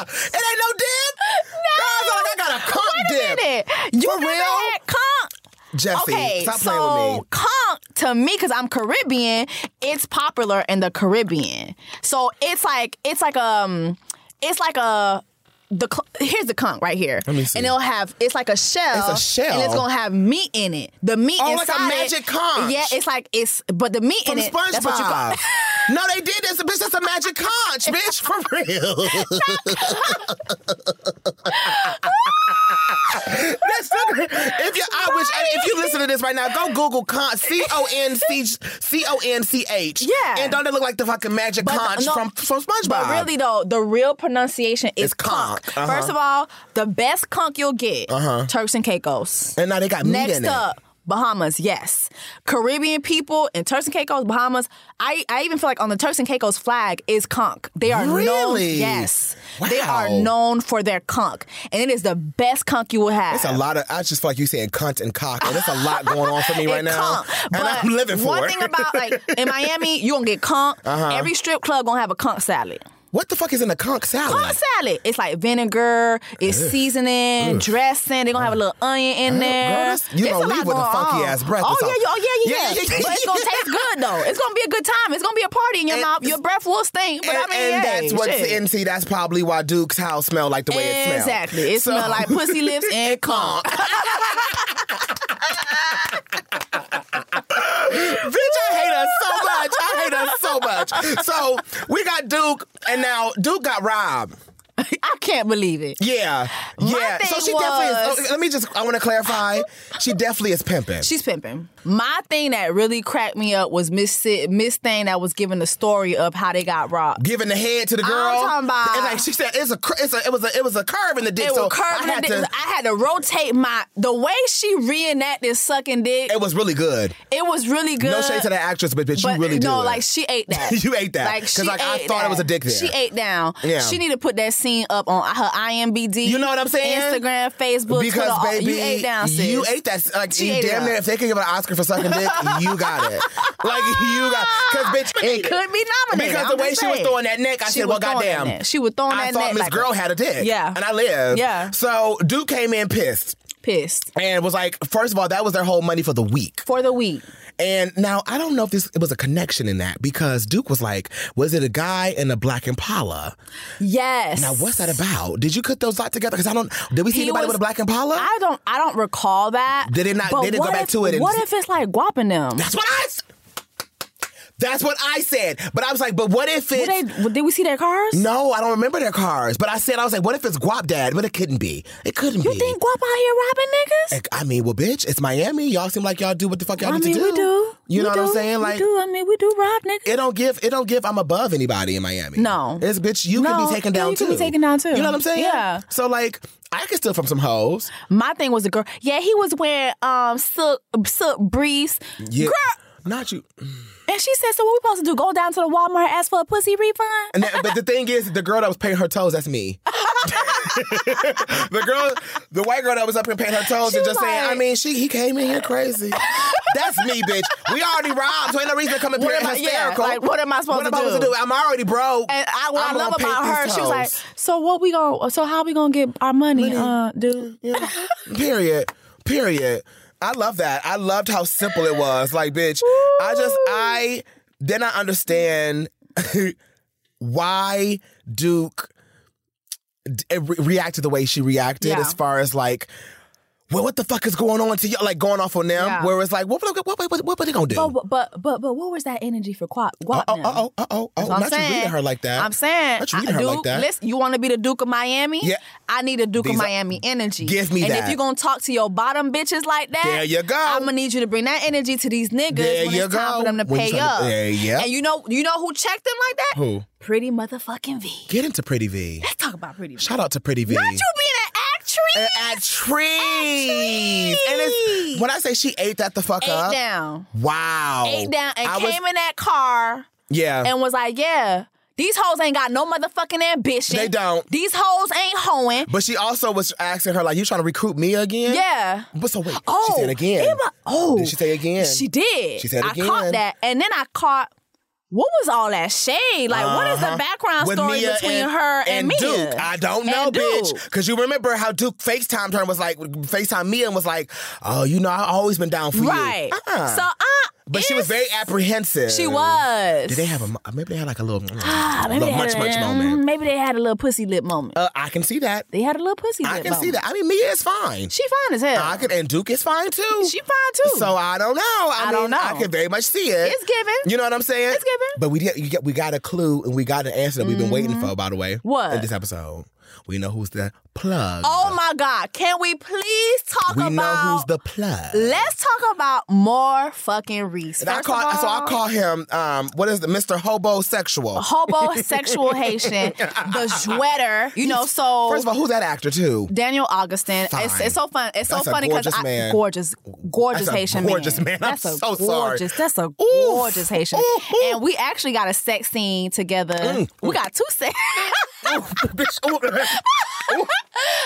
B: it ain't no dip. No. Girl, I feel like I got a conk
A: Wait a
B: dip.
A: minute. You
B: For
A: never
B: real?
A: had conch?
B: Jesse,
A: okay,
B: stop
A: so
B: playing with me.
A: conch to me, because I'm Caribbean, it's popular in the Caribbean. So it's like it's like um, it's like a the cl- here's the conch right here,
B: Let me see.
A: and it'll have it's like a shell.
B: It's a shell?
A: and it's gonna have meat in it. The meat
B: Oh, like a
A: inside it-
B: magic conch.
A: Yeah, it's like it's but the meat
B: From
A: in it. That's what you call.
B: SpongeBob. no, they did this. Bitch, that's a magic conch, bitch, for real. That's so great. if you, I wish, if you listen to this right now, go Google conch, C O N C C O N C H.
A: Yeah.
B: and don't it look like the fucking magic
A: But the-
B: conch
A: no,
B: from from SpongeBob?
A: But really though, the real pronunciation is
B: It's conch.
A: conch.
B: Uh-huh.
A: First of all, the best conch you'll get, Turks and Caicos.
B: and now they got meat
A: Next
B: in it.
A: up, Bahamas, yes. Caribbean people and Turks and Caicos, Bahamas. I, I even feel like on the Turks and Caicos flag is conch. They are known.
B: Really?
A: Yes. They
B: Wow.
A: are known for their conch. And it is the best conch you will have.
B: It's a lot of. I just feel like you said cunt and cock, and it's a lot going on for me right
A: And
B: now,
A: conch.
B: and
A: But
B: I'm living for
A: one
B: it. Uh-huh.
A: thing about like in Miami, you gonna get conch. Every strip club gonna have a conch salad.
B: what the fuck is in a conch salad?
A: Conch salad. It's like vinegar, it's seasoning, dressing. They're gonna have a little onion in there.
B: Uh, Girl, that's- you
A: It's
B: gonna
A: lot
B: leave with a
A: going on.
B: funky ass breath or
A: Oh yeah,
B: something.
A: yeah, oh yeah, yeah,
B: Yeah,
A: yeah.
B: yeah,
A: But it's gonna taste good though. It's gonna be a good time. It's gonna be a party in your
B: And-
A: mouth. Your breath will stink, but
B: and,
A: I mean,
B: and
A: hey,
B: that's what's
A: shit.
B: and see that's probably why Duke's house smelled like the way it smells.
A: Exactly. It smells like pussy lips and conch.
B: Bitch, I hate us so much. I hate us so much. So we got Duke, and now Duke got robbed.
A: I can't believe it.
B: Yeah,
A: My
B: yeah. so
A: thing
B: she definitely. Is,
A: was-
B: okay, let me just. I want to clarify. She definitely is pimping.
A: She's pimping. My thing that really cracked me up was Miss Sid- Miss Thing that was giving the story of how they got robbed.
B: giving the head to the
A: I'm
B: girl.
A: talking about-
B: And like she said, it's a, cur- it's a, it was a, it was a curve in the dick.
A: It
B: so
A: was curving
B: I
A: the
B: had
A: dick.
B: to.
A: I had to rotate my the way she reenacted sucking dick.
B: it was really good.
A: It was really good.
B: No shade to that actress, but bitch,
A: But
B: you really do.
A: no,
B: it.
A: like she ate that.
B: You ate that.
A: Like
B: 'Cause,
A: she
B: like, I
A: ate
B: thought it
A: that.
B: was a dick there.
A: She ate down.
B: Yeah.
A: She need to put that scene up on her IMBD.
B: You know what I'm saying?
A: Instagram, Facebook, Twitter,
B: because
A: all-
B: baby,
A: you ate down. Sis.
B: you ate that. Like
A: She
B: you
A: ate it
B: damn
A: up.
B: near, if they could give an Oscar for sucking dick, you got it. Like you got because bitch,
A: It could be nominated.
B: Because
A: I'm
B: the way
A: just
B: she was
A: saying.
B: throwing that neck, I
A: She
B: said,
A: was
B: "Well,
A: throwing that
B: goddamn."
A: neck. She was throwing
B: I
A: that
B: thought
A: neck
B: Miss
A: like
B: Girl
A: a-
B: had a dick.
A: Yeah.
B: and I live.
A: Yeah.
B: So Duke came in pissed
A: pissed
B: and was like, first of all, that was their whole money for the week.
A: for the week.
B: And now I don't know if this it was a connection in that because Duke was like, was it a guy and a black Impala?
A: Yes.
B: Now what's that about? Did you put those out together? Because I don't. Did we see
A: He
B: anybody
A: was-
B: with a black Impala?
A: I don't. I don't recall that.
B: They did not-
A: But
B: they didn't go
A: what
B: back
A: if-
B: to it and-
A: What if it's like guaping them?
B: That's what I. s- That's what I said. But I was like, but what if
A: Were
B: it?
A: they, did we see their cars?
B: No, I don't remember their cars. But I said, I was like, what if it's Guap Dad? But it couldn't be. It couldn't
A: You
B: be.
A: think guap out here robbing niggas?
B: Like, I mean, well, bitch, it's Miami. Y'all seem like y'all do what the fuck y'all
A: I
B: need
A: mean,
B: to do.
A: we do.
B: You
A: We
B: know what I'm
A: do.
B: saying?
A: We
B: Like,
A: do. I mean, we do rob niggas.
B: it don't give. It don't give. I'm above anybody in Miami.
A: No.
B: it's bitch. You can
A: No,
B: be taken
A: yeah,
B: down
A: you
B: too.
A: can be taken down, too.
B: You know what I'm saying?
A: Yeah.
B: So like, I can steal from some hoes.
A: My thing was a girl. Yeah, he was wearing um silk silk briefs.
B: Yeah.
A: Girl,
B: Not you.
A: and she said, "So what we supposed to do? Go down to the Walmart and ask for a pussy refund?"
B: And that, but the thing is, the girl that was painting her toes, that's me. the girl, the white girl that was up here painting her toes and
A: She
B: just saying, I
A: like-
B: mean, she he came in here crazy. that's me, bitch. We already robbed, so ain't no reason to come in
A: What
B: here
A: am I- yeah,
B: hysterical.
A: like, what am I supposed
B: What
A: to
B: am I supposed
A: do?
B: to do? I'm already broke.
A: And I, what
B: I'm
A: I
B: gonna
A: love
B: paint
A: about her,
B: these
A: she was like,
B: toes.
A: "So what we gonna? So how we gonna get our money, uh, dude?"
B: Period. Period. I love that. I loved how simple it was. Like, bitch, I just I then I understand why Duke d- eh, re- reacted the way she reacted
A: Yeah.
B: as far as like well, what the fuck is going on to you? Like going off on them,
A: Yeah.
B: where it's like, what, what, what, what, what, what they gonna do?
A: But but but but what was that energy for Guap?
B: Uh
A: Guap
B: oh,
A: now?
B: uh oh, uh oh, oh!
A: That's what
B: Not you reading her like that.
A: I'm saying,
B: not you reading her
A: Duke,
B: like that.
A: Listen, you want to be the Duke of Miami?
B: Yeah.
A: I need a Duke
B: These
A: of
B: are-
A: Miami energy.
B: Give me
A: and
B: that.
A: if you're gonna talk to your bottom bitches like that,
B: There you go.
A: I'm gonna need you to bring that energy to these niggas
B: There
A: when
B: you
A: it's time
B: go.
A: for them to
B: When you
A: pay
B: tryna-
A: up.
B: Yeah, yeah.
A: And you know, you know who checked them like that?
B: Who?
A: Pretty motherfucking V.
B: Get into Pretty V.
A: Let's talk about Pretty V.
B: Shout out to Pretty V.
A: Not you being an actress.
B: and Uh, at trees. And it's,
A: trees.
B: when I say she ate that the fuck
A: Ate
B: up,
A: down.
B: wow,
A: Ate down and
B: I
A: came
B: was-
A: in that car.
B: yeah,
A: and was like, yeah, these hoes ain't got no motherfucking ambition.
B: They don't. Mm-hmm.
A: These hoes ain't hoeing.
B: but she also was asking her like, "You trying to recruit me again?"
A: Yeah.
B: But so wait,
A: Oh,
B: she said again.
A: Emma- oh,
B: Did she say again?
A: She did.
B: She said
A: I
B: again.
A: caught that, and then I caught What was all that shade? Like, what is
B: Uh-huh.
A: the background
B: With
A: story
B: Mia
A: between her and, Mia?
B: Duke. I don't
A: And
B: know,
A: Duke.
B: bitch. Because you remember how Duke FaceTimed her and was like, FaceTime Mia and was like, oh, you know, I've always been down for
A: Right.
B: you. Uh-uh.
A: So I.
B: but she was very apprehensive.
A: She was.
B: Did they have a, maybe they had like a little,
A: Ah, maybe
B: little
A: they had
B: much,
A: a-
B: much
A: mm,
B: moment.
A: Maybe they had a little pussy lip moment.
B: Uh, I can see that.
A: They had a little pussy lip
B: I can
A: moment.
B: see that. I mean, Mia is fine. Uh,
A: She fine as hell.
B: I could, and Duke is fine too.
A: She fine too.
B: So I don't know. I,
A: I
B: mean,
A: don't know.
B: I can very much see it.
A: It's given.
B: You know what I'm saying?
A: It's given.
B: But we did, you get, we got a clue and we got an answer that we've been waiting for. By the way,
A: Mm-hmm. What?
B: in this episode, we know who's the plug.
A: Oh my God. Can we please talk
B: we
A: about.
B: know who's the plug.
A: Let's talk about more fucking Reese.
B: And I
A: First
B: call,
A: of all,
B: so I call him. Um, what is the Mr. Hobosexual?
A: Hobosexual Haitian, the sweater, you know. So
B: First of all, who's that actor too?
A: Daniel Augustin.
B: Fine.
A: It's, it's so fun. It's
B: That's
A: so
B: a
A: funny because
B: gorgeous man.
A: gorgeous, gorgeous
B: That's a
A: Haitian
B: gorgeous man. I'm
A: That's a
B: so sorry.
A: gorgeous. That's a
B: Oof.
A: gorgeous Haitian.
B: Oof, Mm, oof.
A: And we actually got a sex scene together. We got two sex.
B: Ooh, bitch, ooh, ooh. Oh,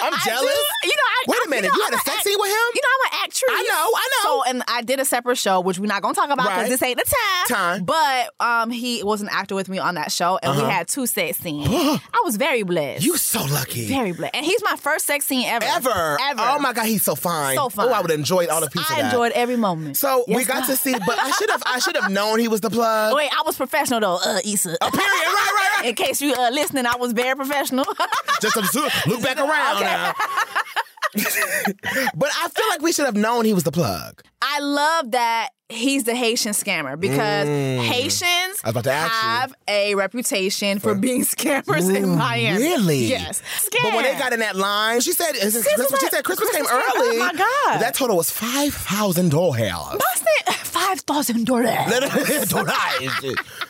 B: I'm
A: Oh, I
B: jealous.
A: do- you know, I,
B: Wait
A: I-
B: a minute.
A: know,
B: You had
A: I'm
B: a sex
A: act-
B: scene with him?
A: You know, I'm an actress.
B: I know, I know.
A: So, and I did a separate show, which we're not gonna talk about because
B: Right.
A: this ain't the time.
B: Time. Uh-huh.
A: But um, he was an actor with me on that show, and we had two sex scenes. I was very blessed.
B: You so lucky.
A: very blessed, and he's my first sex scene ever.
B: ever.
A: Ever.
B: Oh my God, he's so fine.
A: So fine.
B: Oh, I would have enjoyed all the pieces.
A: I enjoyed every moment.
B: So we
A: Yes,
B: got
A: God.
B: to see, but I should have. I should have known he was the plug.
A: Wait, I was professional though, uh, Issa.
B: A period. Right, right, right.
A: In case you uh, listening, I was very professional.
B: Just observe, look back around now. but I feel like we should have known he was the plug.
A: I love that he's the Haitian scammer because Haitians
B: Mm. I was about to ask you.
A: have a reputation for being scammers in
B: Ooh,
A: Miami.
B: really?
A: Yes. Scam.
B: But when they got in that line, she said, is this
A: Christmas-
B: Christmas, she said Christmas,
A: Christmas
B: came
A: came-
B: early.
A: oh my God.
B: That total was five thousand dollars.
A: five thousand dollars.
B: Dollars.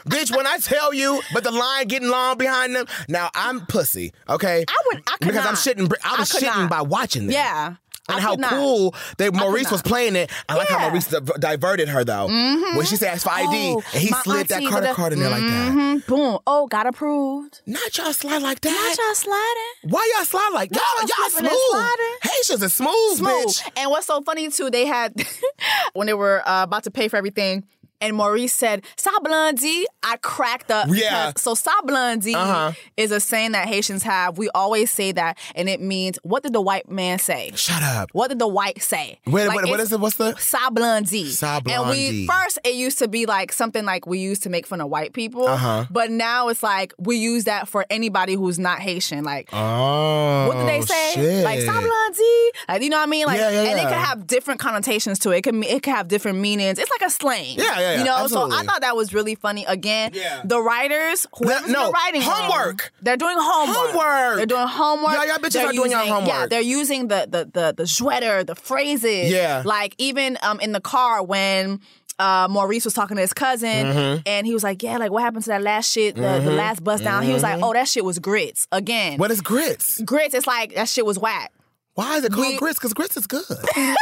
B: Bitch, when I tell you, but the line getting long behind them. Now I'm pussy, okay?
A: I would- I could
B: because I'm
A: not.
B: shitting. br- I
A: I
B: was
A: could
B: shitting
A: not.
B: by watching this.
A: Yeah. I
B: and how
A: could not.
B: cool that Maurice
A: not.
B: was playing it. I like
A: Yeah. Mm-hmm.
B: how Maurice di- diverted her though. When she asked for ID,
A: Oh,
B: and he
A: my
B: slid that
A: auntie
B: Carter
A: with a-
B: card in there like that.
A: Mhm, Boom. Oh, got approved.
B: Not y'all slide like
A: Not
B: that.
A: y'all sliding.
B: Why y'all slide like
A: Not
B: y'all?
A: y'all
B: Y'all
A: slipping and
B: smooth.
A: sliding.
B: Haitians are smooth,
A: smooth.
B: bitch.
A: And what's so funny too, they had when they were uh, about to pay for everything. And Maurice said, "Sa blondie." I cracked up.
B: Yeah.
A: because- So "sa blondie"
B: Uh-huh.
A: is a saying that Haitians have. We always say that, and it means, "What did the white man say?
B: Shut up.
A: What did the white say?"
B: Wait,
A: Like,
B: what, what
A: it's-
B: is it? What's the?
A: Sa blondie.
B: Sa
A: And we
B: blondie.
A: first it used to be like something like we used to make fun of white people,
B: Uh-huh.
A: but now it's like we use that for anybody who's not Haitian. Like
B: Oh,
A: what did they say?
B: Shit.
A: Like sablonzi. Like you know what I mean? Like
B: Yeah, yeah,
A: and it
B: yeah.
A: could have different connotations to it. It can it could have different meanings. It's like a slang.
B: Yeah, yeah, yeah.
A: You know, so I
B: Absolutely.
A: thought that was really funny. Again,
B: Yeah.
A: the writers, whoever's in
B: no,
A: the writing room,
B: homework.
A: they're doing homework.
B: Homework.
A: They're doing homework.
B: Y'all- y'all bitches
A: They're
B: not doing y'all
A: using- Yeah,
B: homework.
A: they're using the the the the sweater, the phrases.
B: Yeah.
A: Like even um in the car when uh, Maurice was talking to his cousin,
B: Mm-hmm.
A: and he was like, "Yeah, like what happened to that last shit, the, the last bust down?" He was like, "Oh, that shit was grits again."
B: Mm-hmm. What is grits?
A: grits, it's like that shit was whack.
B: Why is it called
A: We-
B: grits? Because grits is good. I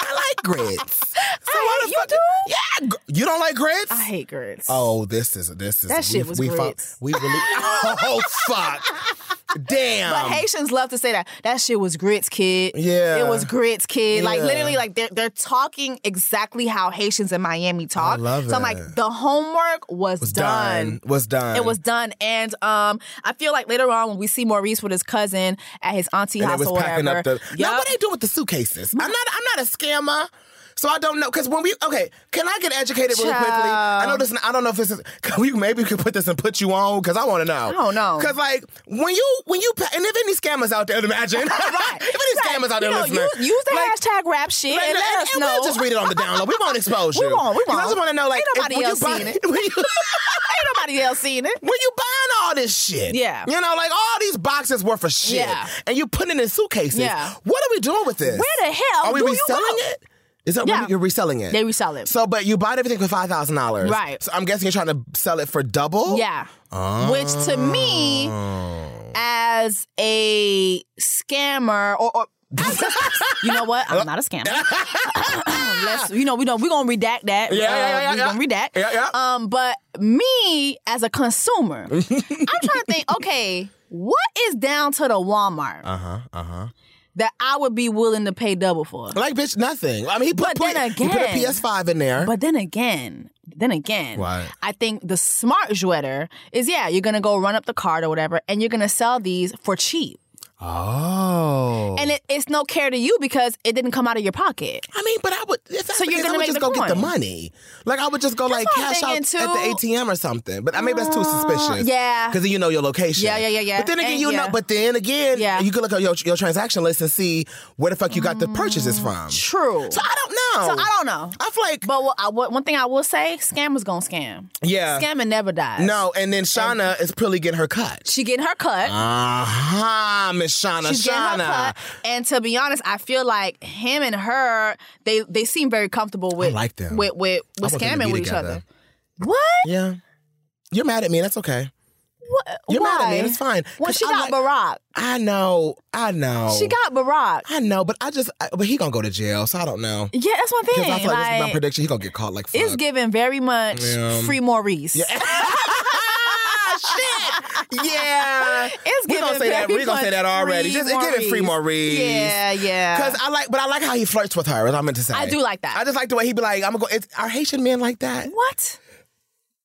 B: like grits. So why
A: hate- Oh,
B: the
A: you
B: fuck-
A: do?
B: Yeah, gr- you don't like grits.
A: I hate grits.
B: Oh, this is this is
A: That shit
B: we-
A: was
B: we fu-
A: grits.
B: we really. Oh fuck! Damn.
A: But Haitians love to say that. That shit was grits, kid.
B: um, Yeah.
A: It was grits, kid. Like
B: Yeah.
A: literally, like they're they're talking exactly how Haitians in Miami talk.
B: love
A: so I'm
B: it.
A: like, the homework was,
B: was done. Was done.
A: It was done, and um, I feel like later on when we see Maurice with his cousin at his auntie
B: And
A: house
B: it was
A: or
B: packing
A: whatever,
B: up the. Now
A: Yup.
B: what they do with the suitcases? I'm not. I'm not a scammer. So I don't know because when we okay, can I get educated really quickly? I know this. I don't know if this is. Can we maybe could put this and put you on because I want to know. I
A: don't know.
B: Because like when you when you pa- and if any scammers out there, imagine
A: right?
B: if any
A: Like,
B: scammers out there
A: you know,
B: listening,
A: use, use the
B: like,
A: hashtag rap shit
B: Like,
A: and let
B: and-
A: us
B: and
A: know.
B: We'll just read it on the download. We won't expose
A: We
B: you.
A: won't, we
B: 'Cause I just
A: won't.
B: want to know, like,
A: Ain't
B: if-
A: nobody
B: when you
A: else
B: buy-
A: seen it.
B: when you-
A: Ain't nobody else seen it.
B: when you buying all this shit,
A: Yeah.
B: you know, like all these boxes worth of shit,
A: Yeah.
B: and you putting it in suitcases,
A: Yeah.
B: What are we doing with this?
A: Where the hell
B: are we
A: do you
B: reselling
A: go?
B: it? Is that
A: Yeah.
B: you're reselling it?
A: They resell it.
B: So, but you bought everything for five thousand dollars,
A: Right.
B: So I'm guessing you're trying to sell it for double.
A: Yeah. Which to me,
B: Oh.
A: as a scammer, or, or you know what? I'm not a scammer. Let's, you know, we don't. We're gonna redact that.
B: Yeah, yeah, yeah,
A: We're
B: yeah.
A: gonna redact.
B: Yeah, yeah.
A: Um, but me as a consumer, I'm trying to think. Okay, what is down to the Walmart
B: Uh huh. Uh huh.
A: that I would be willing to pay double for?
B: Like bitch, nothing. I mean, he put
A: But then
B: he put a
A: again-
B: PS5 in there.
A: But then again, Then again,
I: Right.
A: I think the smart Jouetter is yeah, you're gonna go run up the card or whatever, and you're gonna sell these for cheap.
I: Oh.
A: And it, it's no care to you because it didn't come out of your pocket.
B: I mean, but I would. If that's
A: so
B: the
A: you're
B: case,
A: gonna
B: I would
A: make
B: just
A: the
B: go
A: coin.
B: get the money. Like I would just go like
A: what I'm
B: cash out
A: thinking,
B: at the
A: too. Uh,
B: ATM or something. But I maybe that's too suspicious.
A: yeah.
B: because then you know your location.
A: Yeah, yeah, yeah, yeah.
B: But then again,
A: And
B: you
A: yeah.
B: know. But then again, you can look at your your transaction list and see where the fuck you got the purchases from.
A: True.
B: So I don't know.
A: Mm. So I don't know.
B: I feel like.
A: But what, I, what, one thing I will say, scammers gonna scam.
B: Yeah.
A: Scamming never dies.
B: No, and then Shauna is probably getting her cut.
A: She getting her cut.
B: Uh huh, Miss Shauna.
A: She's
B: Shauna.
A: getting her cut. And to be honest, I feel like him and her, they they seem very comfortable with
B: like them.
A: with with,
B: I
A: with
B: want them to
A: scamming
B: be
A: with each
B: together.
A: other. What?
B: Yeah. You're mad at me. That's okay.
A: What?
B: You're
A: Why?
B: mad at me. It's fine.
A: When
B: 'Cause
A: she got
B: I
A: Barack,
B: I know. I know.
A: she got Barack.
B: I know, but I just. I, but he gonna go to jail, so I don't know.
A: Yeah, that's one thing.
B: Because I feel like, this is my
A: Like,
B: prediction. He gonna get caught like fuck.
A: it's giving very much
B: Yeah.
A: free Maurice.
B: Ah, yeah.
A: It's
B: we gonna
A: giving
B: say that.
A: very
B: We gonna say that
A: much
B: already.
A: free
B: Just give it free Maurice.
A: Yeah, yeah.
B: Because I like, but I like how he flirts with her. Is what I meant to say.
A: I do like that.
B: I just like the way he be like, I'm gonna go. It's, are Haitian men like that?
A: What?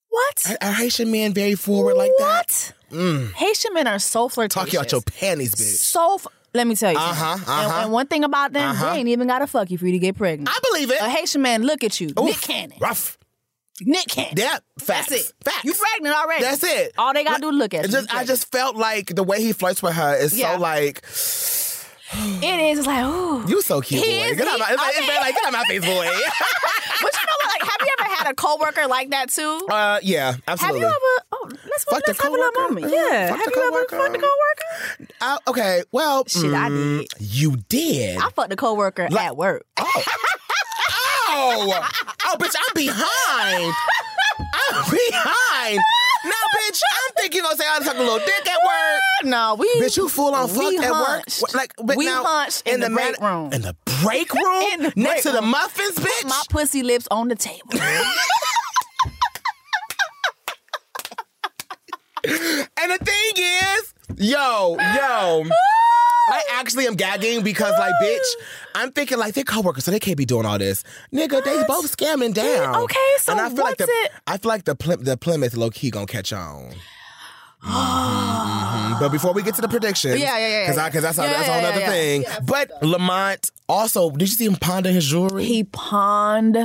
A: What?
B: Are, are Haitian men very forward like
A: What?
B: that? Mm.
A: Haitian men are so flirtatious.
B: Talk you out your panties, bitch.
A: So, f- let me tell you.
B: Uh-huh,
A: something.
B: uh-huh.
A: And, and one thing about them,
B: Uh-huh.
A: they ain't even got to fuck you for you to get pregnant.
B: I believe it.
A: A Haitian man, look at you. Nick Cannon.
B: Rough.
A: Nick Cannon.
B: Yeah, facts.
A: That's it.
B: Facts.
A: You pregnant already.
B: That's it.
A: All they got to do is look at
B: It's
A: you.
B: just,
A: You
B: I just felt like the way he flirts with her is
A: Yeah.
B: so like
A: pregnant. It is. It's like, ooh.
B: you so cute
A: He
B: boy.
A: is-
B: get out
A: he-
B: my, it's like, it's
A: okay.
B: like get out my face boy.
A: but you know what? Like, have you ever had a coworker like that too?
B: uh, yeah,
A: have
B: absolutely.
A: you ever? Oh, let's,
B: Fuck the
A: let's have a little
B: coworker.
A: moment.
B: Uh,
A: Yeah.
B: fuck
A: Have
B: the
A: you ever
B: coworker.
A: fucked a coworker?
B: Uh, okay, well,
A: Shit, I
B: mm,
A: did.
B: You did.
A: I fucked a coworker
B: Like-
A: at work.
B: Oh, oh, bitch, I'm behind. I'm behind. Now, bitch, I'm thinking you gonna say I took a little dick at work.
A: No, we.
B: Bitch, you full on fuck
A: we
B: at work.
A: hunched.
B: What, Like, but
A: we
B: now,
A: hunched in, the, break
B: man-
A: room.
B: In the break room?
A: In the break
B: Next to the
A: room.
B: muffins, bitch?
A: my pussy lips on the table.
B: And the thing is, yo, yo. I actually am gagging because, like, bitch, I'm thinking like they're coworkers, so they can't be doing all this, nigga. They both scamming down.
A: okay, so
B: and I feel like
A: what's
B: the
A: it-
B: I feel like the Ply- the Plymouth low key gonna catch on. Mhm, mhm. But before we get to the predictions,
A: Yeah, yeah, yeah,
B: because
A: yeah.
B: that's, a-
A: Yeah,
B: that's a
A: yeah,
B: whole
A: yeah,
B: other
A: yeah.
B: thing. but Lamont also, did you see him ponder his jewelry?
A: he pawned,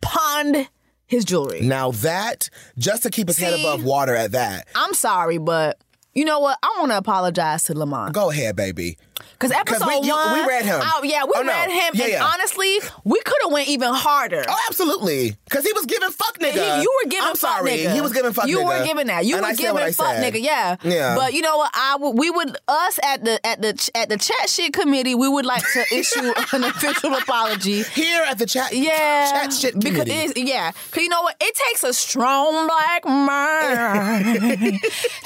A: pawned his jewelry.
B: now that just to keep his head
A: See?
B: above water at that.
A: I'm sorry, but you know what? I want to apologize to Lamont
B: Go ahead, baby.
A: because episode
B: 'Cause we- you-
A: one,
B: we read him.
A: Oh yeah, we
B: Oh, no.
A: read him,
B: Yeah,
A: and
B: yeah.
A: honestly, we could have went even harder.
B: Oh, absolutely. Because he was giving fuck
A: And
B: nigga.
A: He, you were giving
B: I'm
A: fuck
B: sorry.
A: nigga.
B: He was giving fuck
A: you
B: nigga.
A: were giving that. You
B: And
A: were
B: I said what
A: giving
B: I
A: fuck
B: said.
A: nigga. Yeah.
B: Yeah.
A: But you know what? I would. We would us at the at the ch- at the chat shit committee. We would like to issue an official apology.
B: Here at the chat,
A: Yeah.
B: chat shit
A: because it's,
B: committee.
A: yeah. Cause you know what? It takes a strong black man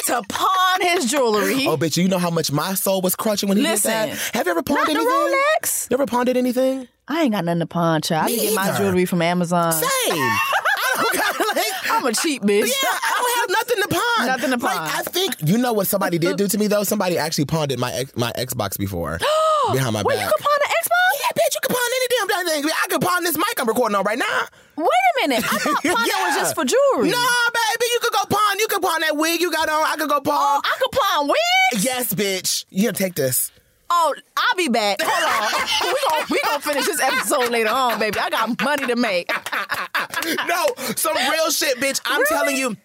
A: to pawn his jewelry.
B: Oh, bitch, you know how much my soul was crunching when he
A: Listen,
B: did that? Have you ever
A: Not
B: pawned
A: the
B: anything?
A: Rolex.
B: You ever pawned anything?
A: I ain't got nothing to pawn, child. I
B: Me
A: can get my
B: either.
A: jewelry from Amazon.
B: Same. I don't got, like,
A: I'm a cheap bitch.
B: yeah, I don't have nothing to pawn.
A: Nothing to
B: Like,
A: pawn.
B: I think, you know what somebody did do to me, though? Somebody actually pawned it my, ex- my Xbox before. behind my
A: Wait,
B: back.
A: you can pawn an Xbox?
B: yeah, bitch, you can pawn any damn thing. I can pawn this mic I'm recording on right now.
A: Wait a minute. I thought pawn that was just for jewelry.
B: No, baby, you could go pawn. You could pawn that wig you got on. I could go
A: Oh,
B: pawn.
A: I could pawn wigs?
B: yes, bitch. You take this.
A: Oh, I'll be back. Hold on. we gonna we gonna finish this episode later on, baby. I got money to make.
B: no, some real shit, bitch. I'm telling you.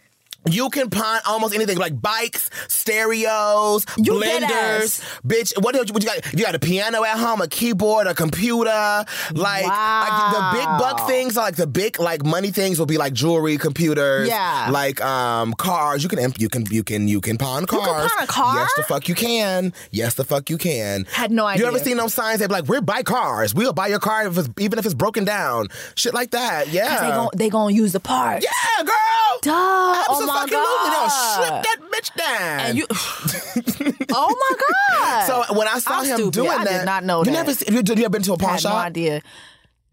B: You can pawn almost anything like bikes, stereos,
A: You dead
B: blenders,
A: ass.
B: bitch. What, do- what you got? You got a piano at home, a keyboard, a computer. Like, like the big buck
A: Wow.
B: things, like the big like money things, will be like jewelry, computers,
A: Yeah.
B: Like um cars. You can imp- you can you can you can pawn cars.
A: pawn a car?
B: Yes, the fuck you can. Yes, the fuck you can.
A: Had no
B: You ever
A: idea.
B: seen those signs? They be like, "We're buy cars. We'll buy your car if it's, even if it's broken down." Shit like that. Yeah.
A: They gon' they gonna use the parts.
B: Yeah, girl.
A: Duh. Oh my God.
B: Absolutely. Don't strip that bitch down.
A: And you, oh my god!
B: so when I saw
A: I'm
B: him
A: stupid.
B: doing
A: I
B: that,
A: did not know
B: you
A: that.
B: never. See, you, you ever been to a
A: I
B: pawn
A: had no
B: shop?
A: idea.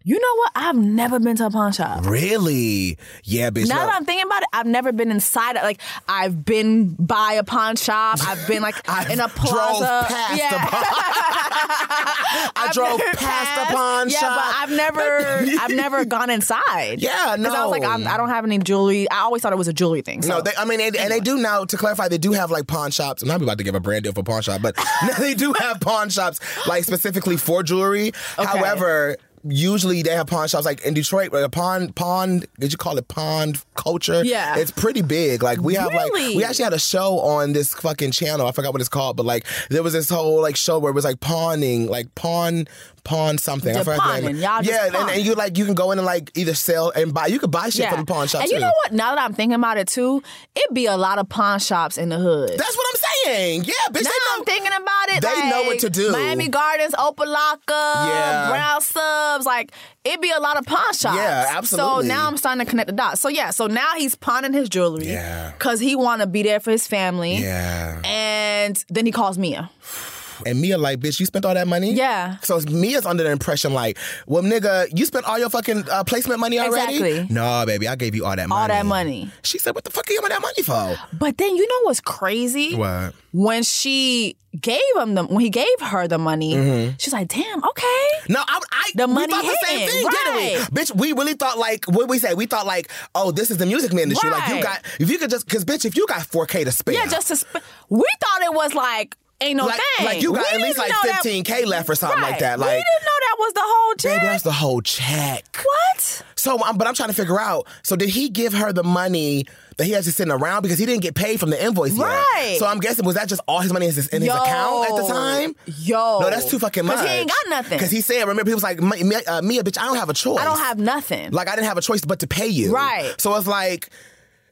A: You know what? I've never been to a pawn shop.
J: Really? Yeah, bitch.
A: Now
J: no.
A: that I'm thinking about it, I've never been inside. Like I've been by a pawn shop. I've been like in a plaza.
J: past
A: yeah.
J: I
A: I've
J: drove
A: never
J: past the pawn
A: yeah,
J: shop.
A: but I've never, I've never gone inside.
J: Yeah,
A: Because I was like,
J: no.
A: I'm, I don't have any jewelry. I always thought it was a jewelry thing. So.
B: No, they, I mean, and, and they do now. To clarify, they do have like pawn shops. I'm not about to give a brand deal for pawn shop, but now they do have pawn shops like specifically for jewelry. However, usually they have pawn shops like in Detroit. where Pawn pawn did you call it pawn culture?
J: Yeah.
B: it's pretty big. Like we have like
J: Really?
B: we actually had a show on this fucking channel. I forgot what it's called, but like there was this whole like show where it was like pawning, like pawn. Pawn something. I
A: The
B: forgot the name.
A: pawning, y'all just
B: yeah, and, and
A: pawning.
B: you like you can go in and like either sell and buy. You could buy shit from the pawn shop
A: And
B: too.
A: you know what? Now that I'm thinking about it too, it be a lot of pawn shops in the hood.
B: That's what I'm saying. Yeah, bitch.
A: now
B: they know.
A: I'm thinking about it.
B: they know what
A: like,
B: to do.
A: Miami Gardens, Opalaka,
B: Yeah.
A: Brown Subs. Like it be a lot of pawn shops.
B: Yeah,
A: So
B: absolutely.
A: now I'm starting to connect the dots. So yeah, so now he's pawning his jewelry.
B: Yeah.
A: Cause he want to be there for his family.
B: Yeah.
A: And then he calls Mia.
B: And Mia like, bitch, you spent all that money?
A: Yeah.
B: So it's- Mia's under the impression like, well, nigga, you spent all your fucking uh, placement money already?
A: Exactly.
B: No, baby, I gave you all that money.
A: All that money.
B: She said, what the fuck are you on that money for?
A: But then you know what's crazy?
B: What?
A: When she gave him the when he gave her the money,
B: Mm-hmm.
A: she's like, "Damn, okay."
B: No, I, I
A: the
B: we
A: money
B: thought the same
A: hitting,
B: thing,
A: right.
B: didn't we? Bitch, we really thought like what we say. We thought like, oh, this is the music industry. Like
A: Right.
B: you got if you could just cause bitch, if you got 4K to spare.
A: Yeah, just to sp- we thought it was like ain't no
B: like,
A: thing.
B: like you got
A: We
B: at least
A: didn't
B: like
A: know that-
B: 15K left or something like
A: Right.
B: that.
A: we
B: Like
A: didn't know that was the whole check.
B: Baby, that's the whole check.
A: what?
B: So, um, but I'm trying to figure out. So, did he give her the money that he has to sitting around because he didn't get paid from the invoice yet?
A: Right.
B: So I'm guessing was that just all his money in his, in his
A: Yo.
B: account at the time?
A: Yo,
B: No, that's too fucking much.
A: Cause he ain't got nothing.
B: Because he said, remember, he was like, "Mi- mi- uh, "Mia, bitch, I don't have a choice.
A: I don't have nothing.
B: like I didn't have a choice but to pay you."
A: Right.
B: So it's like.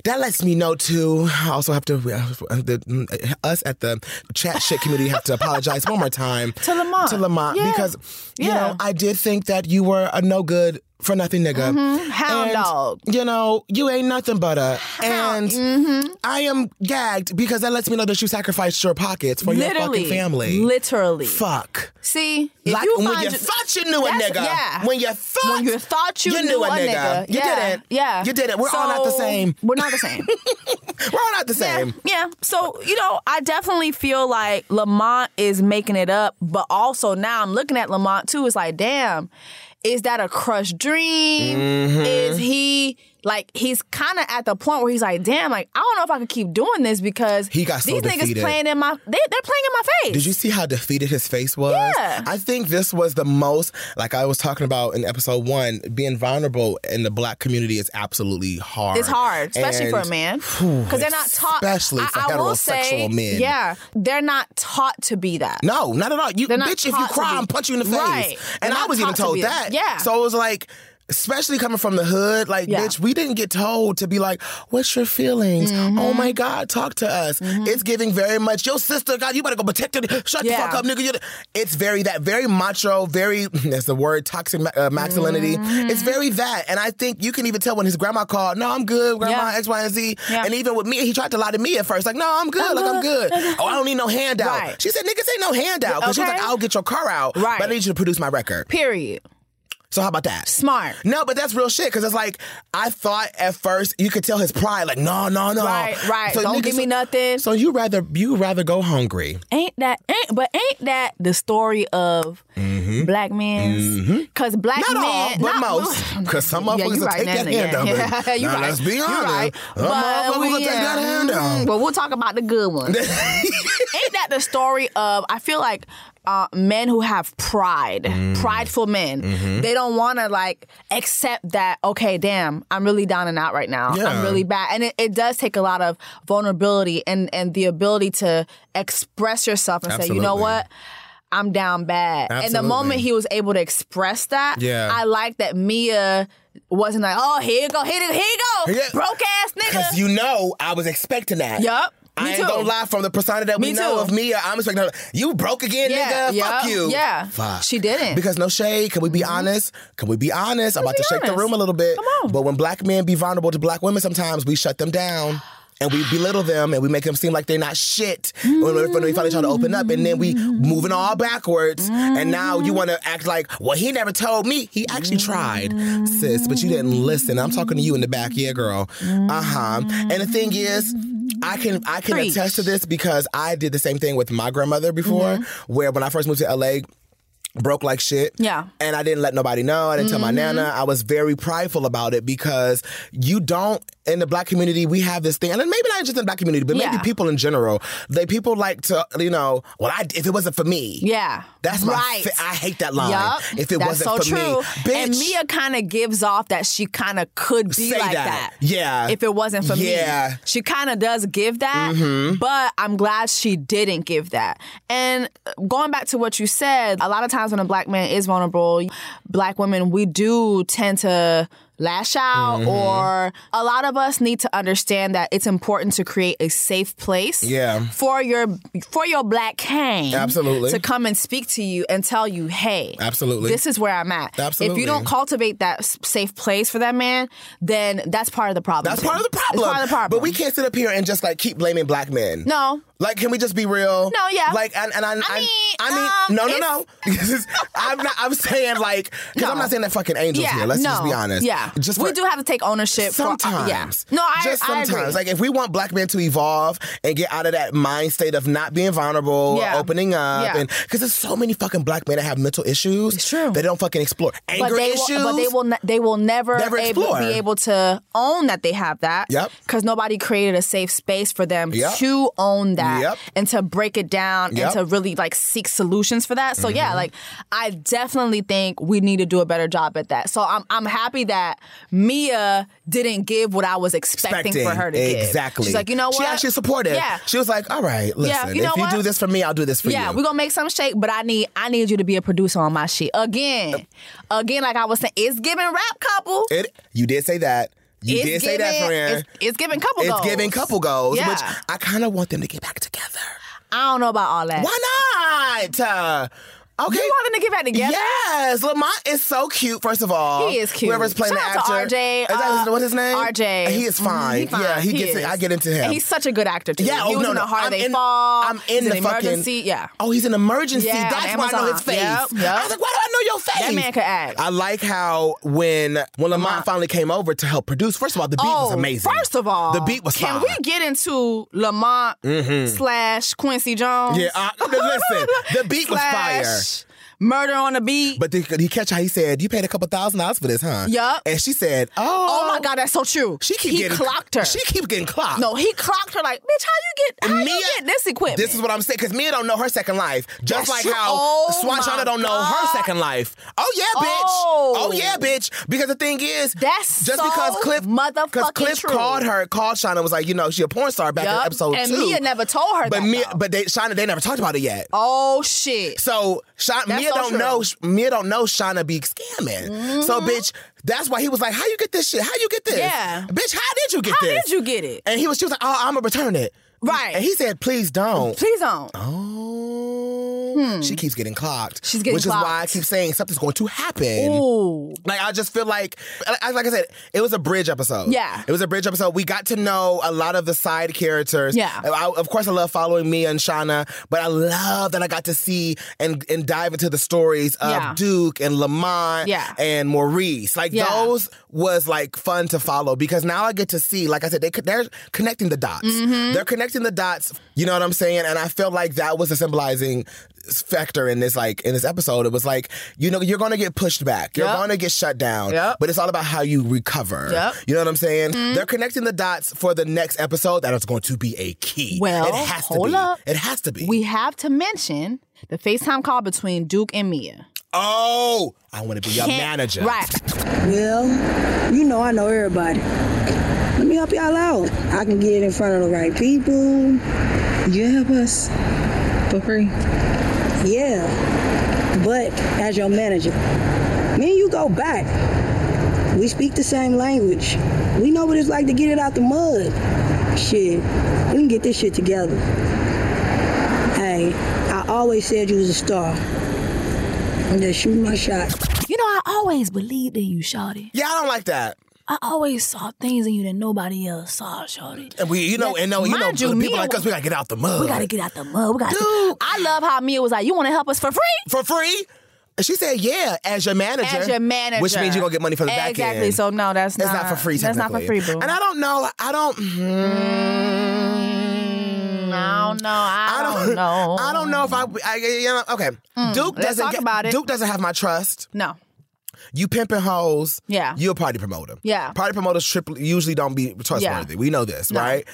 B: That lets me know too. I also have to uh, the, mm, us at the chat shit community have to apologize one more time
A: To Lamont.
B: to Lamont
A: Yeah.
B: because you
A: Yeah.
B: know I did think that you were a no good for nothing nigga.
A: Mm-hmm. Hound
B: And,
A: dog.
B: You know, you ain't nothing but a. And
A: mm-hmm.
B: I am gagged because that lets me know that you sacrificed your pockets for your
A: literally,
B: fucking family.
A: Literally.
B: Fuck.
A: See, if
B: Like
A: you
B: when
A: find
B: you
A: your-
B: thought you knew a
A: That's-
B: nigga.
A: yeah.
B: When you thought
A: When you thought you,
B: knew a nigga. You
A: yeah.
B: didn't.
A: Yeah.
B: You didn't. We're all not the
A: So,
B: same.
A: We're not the same.
B: We're all not the same.
A: Yeah. So, you know, I definitely feel like Lamont is making it up, but also now I'm looking at Lamont too. It's like, damn, is that a crushed dream?
B: Mm-hmm.
A: Is he like he's kind of at the point where he's like, damn, like I don't know if I can keep doing this because
B: He got so
A: these niggas
B: defeated.
A: playing in my they, they're playing in my face.
B: Did you see how defeated his face was?
A: Yeah.
B: I think this was the most, like I was talking about in episode one, being vulnerable in the black community is absolutely hard.
A: It's hard, especially for a
B: And-
A: man,
B: Phew,
A: because they're not taught.
B: Especially
A: I-
B: for
A: I will
B: heterosexual
A: say,
B: men.
A: Yeah, they're not taught to be that.
B: No, not at all. You
A: They're not
B: bitch, if you
A: taught to
B: cry,
A: be-
B: I'm punch you in the face.
A: Right.
B: And
A: They're
B: I
A: not
B: was even
A: taught to
B: told
A: be
B: that.
A: that. Yeah.
B: So it was like, especially coming from the hood, like
A: Yeah.
B: bitch, we didn't get told to be like, what's your feelings?
A: Mm-hmm.
B: Oh my God, talk to us. It's giving very much your sister, God, you better go protect her. Shut
A: Yeah.
B: the fuck up, nigga. You're the-" It's very that, very macho, very that's the word, toxic ma- uh, masculinity.
A: Mm-hmm.
B: It's very that. And I think you can even tell when his grandma called, no, I'm good, grandma,
A: Yeah.
B: X, Y, and Z.
A: Yeah. Uh-huh.
B: And even with me, he tried to lie to me at first, like, no, I'm good, like I'm good. Oh, I don't need no handout.
A: Right.
B: She said, niggas ain't no handout. Because she was
A: Okay.
B: like, I'll get your car out,
A: Right.
B: but I need you to produce my record.
A: Period.
B: So how about that?
A: Smart.
B: No, but that's real shit because it's like I thought at first you could tell his pride, like no, no, no,
A: Right, right. Don't give me nothing.
B: So you rather you rather go hungry?
A: Ain't that ain't but ain't that the story of black men? Because black
B: Mm-hmm.
A: men,
B: Not all, but most. Because some
A: Yeah,
B: motherfuckers
A: you
B: will
A: right,
B: take that
A: Nana,
B: hand
A: yeah.
B: out.
A: Yeah, you
B: now,
A: right.
B: Let's be
A: You
B: honest.
A: right.
B: Some
A: But
B: motherfuckers
A: we-
B: will take
A: yeah.
B: that hand
A: Mm,
B: out.
A: But we'll talk about the good ones. ain't that the story of I feel like uh, men who have pride,
B: Mm.
A: prideful men,
B: Mm-hmm.
A: they don't want to like accept that. Okay, damn, I'm really down and out right now. I'm
B: Yeah.
A: really bad, and it, it does take a lot of vulnerability and and the ability to express yourself and say, you know
B: Absolutely.
A: what. I'm down bad. And the
B: Absolutely.
A: moment he was able to express that,
B: Yeah.
A: I like that Mia wasn't like, oh, here you go, here you, here you go,
B: Yeah.
A: broke ass
B: Because
A: nigga.
B: you know I was expecting that.
A: Yup.
B: I
A: Me
B: ain't
A: too.
B: gonna lie. From the persona that we
A: Me
B: know
A: too.
B: of Mia, I'm expecting her. You broke again,
A: Yeah,
B: nigga.
A: yup,
B: Fuck you.
A: yeah.
B: Fuck.
A: She didn't.
B: Because no shade. Can we be honest? Can we be honest? I'm about
A: Mm-hmm. be
B: to shake the
A: honest.
B: room a little bit.
A: Come on.
B: But when black men be vulnerable to black women, sometimes we shut them down. and we belittle them and we make them seem like they're not shit when, we- when we finally try to open up and then we moving all backwards and now you want to act like well he never told me he actually tried sis but you didn't listen i'm talking to you in the back yeah girl uh-huh and the thing is I can I can attest to this because I did the same thing with my grandmother before,
A: Mm-hmm.
B: where when I first moved to LA, broke like shit.
A: Yeah. Mm-hmm.
B: And I didn't let nobody know. I didn't tell my nana. I was very prideful about it because you don't in the black community we have this thing, and maybe not just in the black community, but
A: Yeah.
B: maybe people in general. They people like to you know, well, I, if it wasn't for me,
A: Yeah.
B: that's my.
A: right.
B: fa- I hate that line.
A: Yup.
B: If it
A: That's
B: wasn't
A: so
B: for
A: true.
B: me, bitch.
A: And Mia kind of gives off that she kind of could be
B: Say
A: like that.
B: that. Yeah.
A: If it wasn't for me.
B: Yeah. Mm-hmm.
A: She kind of does give that, but I'm glad she didn't give that. And uh, going back to what you said, a lot of times when a black man is vulnerable, black women, we do tend to lash out
K: Mhm.
B: Mm-hmm.
A: or a lot of us need to understand that it's important to create a safe place
K: Yeah.
A: for your for your black king
B: Absolutely.
A: to come and speak to you and tell you hey
B: Absolutely.
A: this is where i'm at if
B: Absolutely.
A: you don't cultivate that s- safe place for that man then that's part of the problem
B: That's
A: too.
B: part of the
A: It's
B: problem.
A: part of the problem
B: But we can't sit up here and just like keep blaming black men.
A: No.
B: Like, can we just be real?
A: No, yeah.
B: Like, and, and I, I mean, I
A: um,
B: mean, no, no,
A: it's-
B: no. This is- I'm not. I'm saying like, because I'm not saying that fucking angels
A: yeah,
B: here. Let's
A: no.
B: just be honest.
A: Yeah,
B: Just
A: we
B: for-
A: do have to take ownership. For, uh, yeah,
B: Sometimes.
A: no, I
B: just
A: I
B: sometimes.
A: agree.
B: Like if we want black men to evolve and get out of that mind state of not being vulnerable
A: Yeah.
B: or opening up
A: Yeah.
B: and because there's so many fucking black men that have mental issues. It's true. They don't fucking explore anger
A: but they
B: issues.
A: Will, but they will. Ne- they will never,
B: Never
A: able,
B: explore.
A: be able to own that they have that.
B: Yep.
A: Because nobody created a safe space for them
B: Yep.
A: to own that
B: Yep.
A: and to break it down
B: Yep. Mm-hmm.
A: and to really like seek solutions for that. So yeah, like I definitely think we need to do a better job at that. So I'm I'm happy that Mia didn't give what I was expecting, for her to give.
B: exactly.
A: She's like, you know what?
B: She actually supported.
A: Yeah.
B: She was like, all right, listen,
A: Yeah, you know
B: if you
A: what?
B: do this for me, I'll do this for
A: yeah,
B: you.
A: we're gonna make some shake, but I need I need you to be a producer on my shit. Again. Again, like I was saying, it's giving rap couple.
B: It. You did say that. You
A: It's
B: did say
A: giving-
B: that, friend.
A: It's, it's giving couple
B: It's
A: goals.
B: giving couple goals,
A: Yeah.
B: which I kind of want them to get back together.
A: I don't know about all that.
B: Why not? Uh, okay.
A: You want them to get back together?
B: Yes. Lamont is so cute, first of all.
A: He is cute.
B: Whoever's playing
A: Shout
B: the
A: out to
B: actor.
A: RJ,
B: Is that-
A: uh,
B: what's his name?
A: RJ.
B: He is
A: Mhm,
B: fine.
A: he fine.
B: Yeah, he,
A: He
B: gets
A: is.
B: it. I get into him.
A: And he's such a good actor too.
B: Yeah,
A: he
B: oh,
A: was
B: no,
A: in
B: no.
A: a hard
B: I'm
A: they
B: in-
A: fall.
B: I'm
A: He's
B: in the fucking-
A: emergency. Yeah.
B: Oh, he's an emergency.
A: Yeah, on
B: That's why I know
A: Amazon.
B: his face.
A: Yep, yep.
B: I was like, why do I know your face?
A: That man could act.
B: I like how when when Lamont
A: Lamont.
B: finally came over to help produce, first of all, the beat was
A: Oh,
B: amazing.
A: First of all,
B: the beat was
A: Can
B: fine.
A: we get into Lamont
B: Mhm.
A: slash Quincy Jones?
B: Yeah, uh, listen, the beat was fire.
A: Slash Murder on the beat.
B: But did did he catch how he said, "You paid a couple thousand dollars for this, huh?"
A: Yup.
B: And she said, "Oh,
A: Oh, my God, that's so true.
B: She keep
A: he
B: getting
A: clocked her.
B: She keep getting clocked.
A: No, he clocked her like, bitch, how you get how you get this equipment?
B: This is what I'm saying because Mia don't know her second life, just
A: That's
B: like
A: true.
B: how
A: Oh my
B: Swanchana don't know her
A: God.
B: second life. Oh yeah, bitch.
A: Oh.
B: Oh, yeah, bitch. Because the thing is,
A: That's
B: just
A: so
B: because Cliff, because
A: motherfucking
B: Cliff
A: true.
B: called her, called Shauna, and was like, you know, she a porn star back in
A: Yup.
B: episode
A: and
B: two.
A: Mia never told her that.
B: but Mia,
A: though.
B: but they, Shauna, they never talked about it yet.
A: Oh shit.
B: So Sha-
A: That's
B: Mia
A: so
B: don't
A: true. Mm-hmm.
B: know Mia don't know Shauna be scamming. So bitch, that's why he was like, "How you get this shit? How you get this?
A: Yeah.
B: bitch, how did you get
A: How
B: this?
A: did you get it?
B: And he was, she was like, "Oh, I'm gonna return it."
A: Right.
B: And he said, "Please don't."
A: Please don't.
B: Oh. She keeps getting clocked.
A: She's getting
B: which is why I
A: clocked.
B: keep saying something's going to happen.
A: Ooh.
B: Like I just feel like, like I- like I said, it was a bridge episode.
A: Yeah.
B: it was a bridge episode. We got to know a lot of the side characters.
A: Yeah.
B: I, of course I love following Mia and Shauna, but I love that I got to see and and dive into the stories of
A: Yeah.
B: Duke and Lamont.
A: Yeah.
B: and Maurice. Like
A: Yeah.
B: those was like fun to follow because now I get to see. Like I said, they co- they're connecting the dots.
A: Mhm.
B: They're connecting the dots. You know what I'm saying? And I feel like that was a symbolizing factor in this like in this episode it was like you know you're gonna get pushed back you're
J: Yep.
B: gonna get shut down
J: Yep.
B: but it's all about how you recover
J: Yep.
B: you know what i'm saying
A: Mm-hmm.
B: they're connecting the dots for the next episode that is going to be a key
A: Well,
B: it has
A: hold
B: to be
A: up.
B: it has to be
A: We have to mention the FaceTime call between Duke and Mia.
B: oh i want to be your
A: Can't-
B: manager
A: Right.
F: Well, you know I know everybody. Let me help y'all out. I can get in front of the right people. You help us for free. Yeah, but as your manager, me and you go back. We speak the same language. We know what it's like to get it out the mud. Shit, we can get this shit together. Hey, I always said you was a star. I'm just shooting my shot.
A: You know, I always believed in you, Shawty.
B: yeah i don't like that
A: I always saw things in you that nobody else saw, Shorty.
B: And we, you know, and no, you know,
A: Mind you,
B: people
A: me and-
B: like us, we gotta get out the mud.
A: We gotta get out the mud. We gotta. I love how Mia was like, "You want to help us for free?"
B: for free. And she said, "Yeah, as your manager,
A: As your manager,
B: which means you're gonna get money for the back end."
A: Exactly. So no, that's not.
B: That's not for free,
A: That's not for free,
B: technically.
A: boo.
B: And I don't know. I don't.
A: I don't know. I, don't, know.
B: I don't know if I. I you know, okay,
A: Mm,
B: Duke
A: let's
B: doesn't
A: talk
B: get-
A: about it.
B: Duke doesn't have my trust.
A: No.
B: You pimping hoes.
A: Yeah.
B: You a party promoter.
A: Yeah.
B: Party promoters triple, usually don't be trustworthy. We know this, right?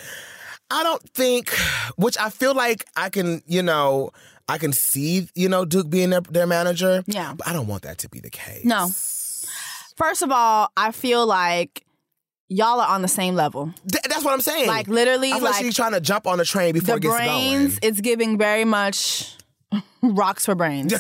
B: I don't think, which I feel like I can, you know, I can see, you know, Duke being their, their manager.
A: Yeah.
B: But I don't want that to be the case.
A: No. First of all, I feel like y'all are on the same level.
B: Th- that's what I'm saying.
A: Like literally,
B: I feel
A: like,
B: like, she's trying to jump on the train before
A: the
B: it gets
A: brains.
B: going.
A: It's giving very much rocks for brains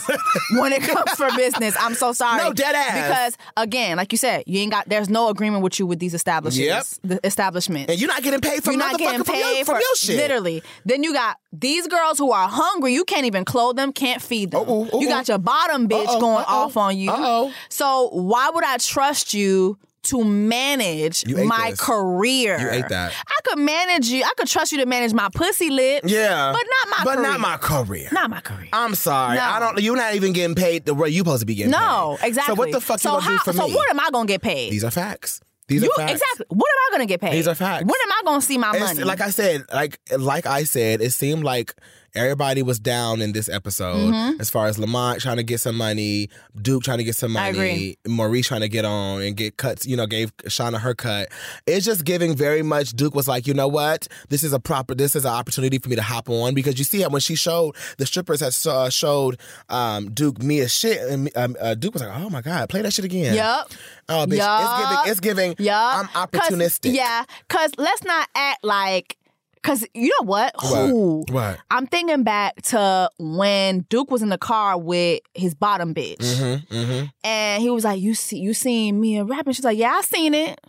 A: when it comes for business. I'm so sorry.
B: No, dead ass.
A: Because again, like you said, you ain't got. There's no agreement with you with these establishments. The establishments.
B: And you're not getting paid for
A: You're not getting
B: motherfucker from your-
A: paid
B: from your shit.
A: Literally. Then you got these girls who are hungry. You can't even clothe them, can't feed them. you got your bottom bitch
B: Uh-oh,
A: going
B: uh-oh,
A: off on you.
B: uh-oh.
A: So why would I trust you to manage
B: You ate
A: my
B: this.
A: career?
B: You ate that.
A: I could manage you. I could trust you to manage my pussy lip.
B: Yeah.
A: But not my
B: But
A: career.
B: not my career.
A: Not my career.
B: I'm sorry.
A: No.
B: I don't you're not even getting paid the way you're supposed to be getting
A: No,
B: paid.
A: exactly.
B: So what the fuck
A: so
B: you gonna
A: how,
B: do for
A: so
B: me?
A: what am I gonna get paid?
B: These are facts. These
A: you,
B: are facts.
A: Exactly. What am I gonna get paid?
B: These are facts.
A: When am I gonna see my
B: It's-
A: money?
B: Like I said, like like I said, it seemed like everybody was down in this episode
A: Mhm.
B: as far as Lamont trying to get some money, Duke trying to get some money,
A: I agree.
B: Maurice trying to get on and get cuts, you know, gave Shauna her cut. It's just giving very much Duke was like, you know what? This is a proper this is an opportunity for me to hop on because you see how when she showed the strippers had so- uh, showed um, Duke me a shit and um, uh, Duke was like, "Oh my god, play that shit again."
A: Yup.
B: Oh, bitch,
A: Yup.
B: it's giving it's giving
A: Yeah.
B: I'm opportunistic.
A: yeah, because let's not act like, because you know what? Who?
B: What? What?
A: I'm thinking back to when Duke was in the car with his bottom bitch.
B: Mm-hmm. Mm-hmm.
A: And he was like, You see, you seen me and rapping? She's like, Yeah, I seen it.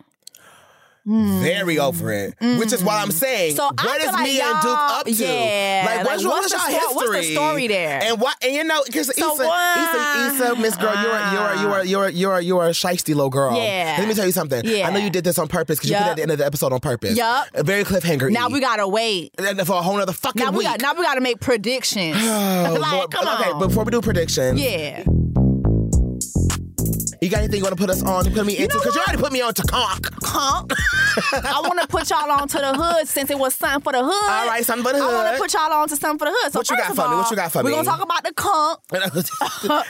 A: Mm.
B: very over it, which is why I'm saying,
A: So I
B: what
A: feel
B: is
A: like
B: me and Duke
A: y'all-
B: up to?
A: yeah,
B: like, what's,
A: like,
B: what's,
A: what's the
B: y'all
A: sto-
B: history?
A: what's the story there?
B: And what? And you know, because
A: So
B: Issa,
A: what?
B: Issa, Issa, Miss Girl, you're a- you're a- you're a- you're a- you're a- you're a shiesty little girl.
A: Yeah.
B: Let me tell you something.
A: Yeah.
B: I know you did this on purpose because you put it
A: Yup.
B: at the end of the episode on purpose.
A: Yup.
B: A Very cliffhanger.
A: Now we gotta wait.
B: and for a whole nother fucking
A: Now we,
B: week.
A: got, now we gotta make predictions.
B: Oh,
A: like,
B: Lord.
A: come
B: okay,
A: on.
B: before we do predictions,
A: yeah.
B: you got anything you want to put us on? Put me
A: You
B: into
A: know
B: because you
A: what?
B: already put me on to conk.
A: Conk. I want to put y'all on to the hood since it was something for the hood.
B: All right, something for the
A: I want
B: hood.
A: to put y'all on to something for the hood. So
B: What you
A: first of
B: got for me? What
A: all,
B: you got for
A: We're
B: me?
A: gonna talk about the conk.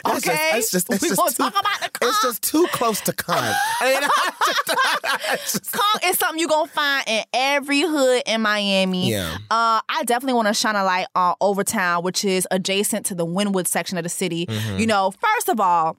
B: okay, just,
A: Okay.
B: that's just, that's
A: We
B: just
A: gonna
B: too,
A: talk about the
B: It's just too close to conk.
A: Conk is something you're gonna find in every hood in Miami.
B: Yeah.
A: Uh, I definitely want to shine a light on Overtown, which is adjacent to the Wynwood section of the city.
K: Mhm.
A: You know, first of all.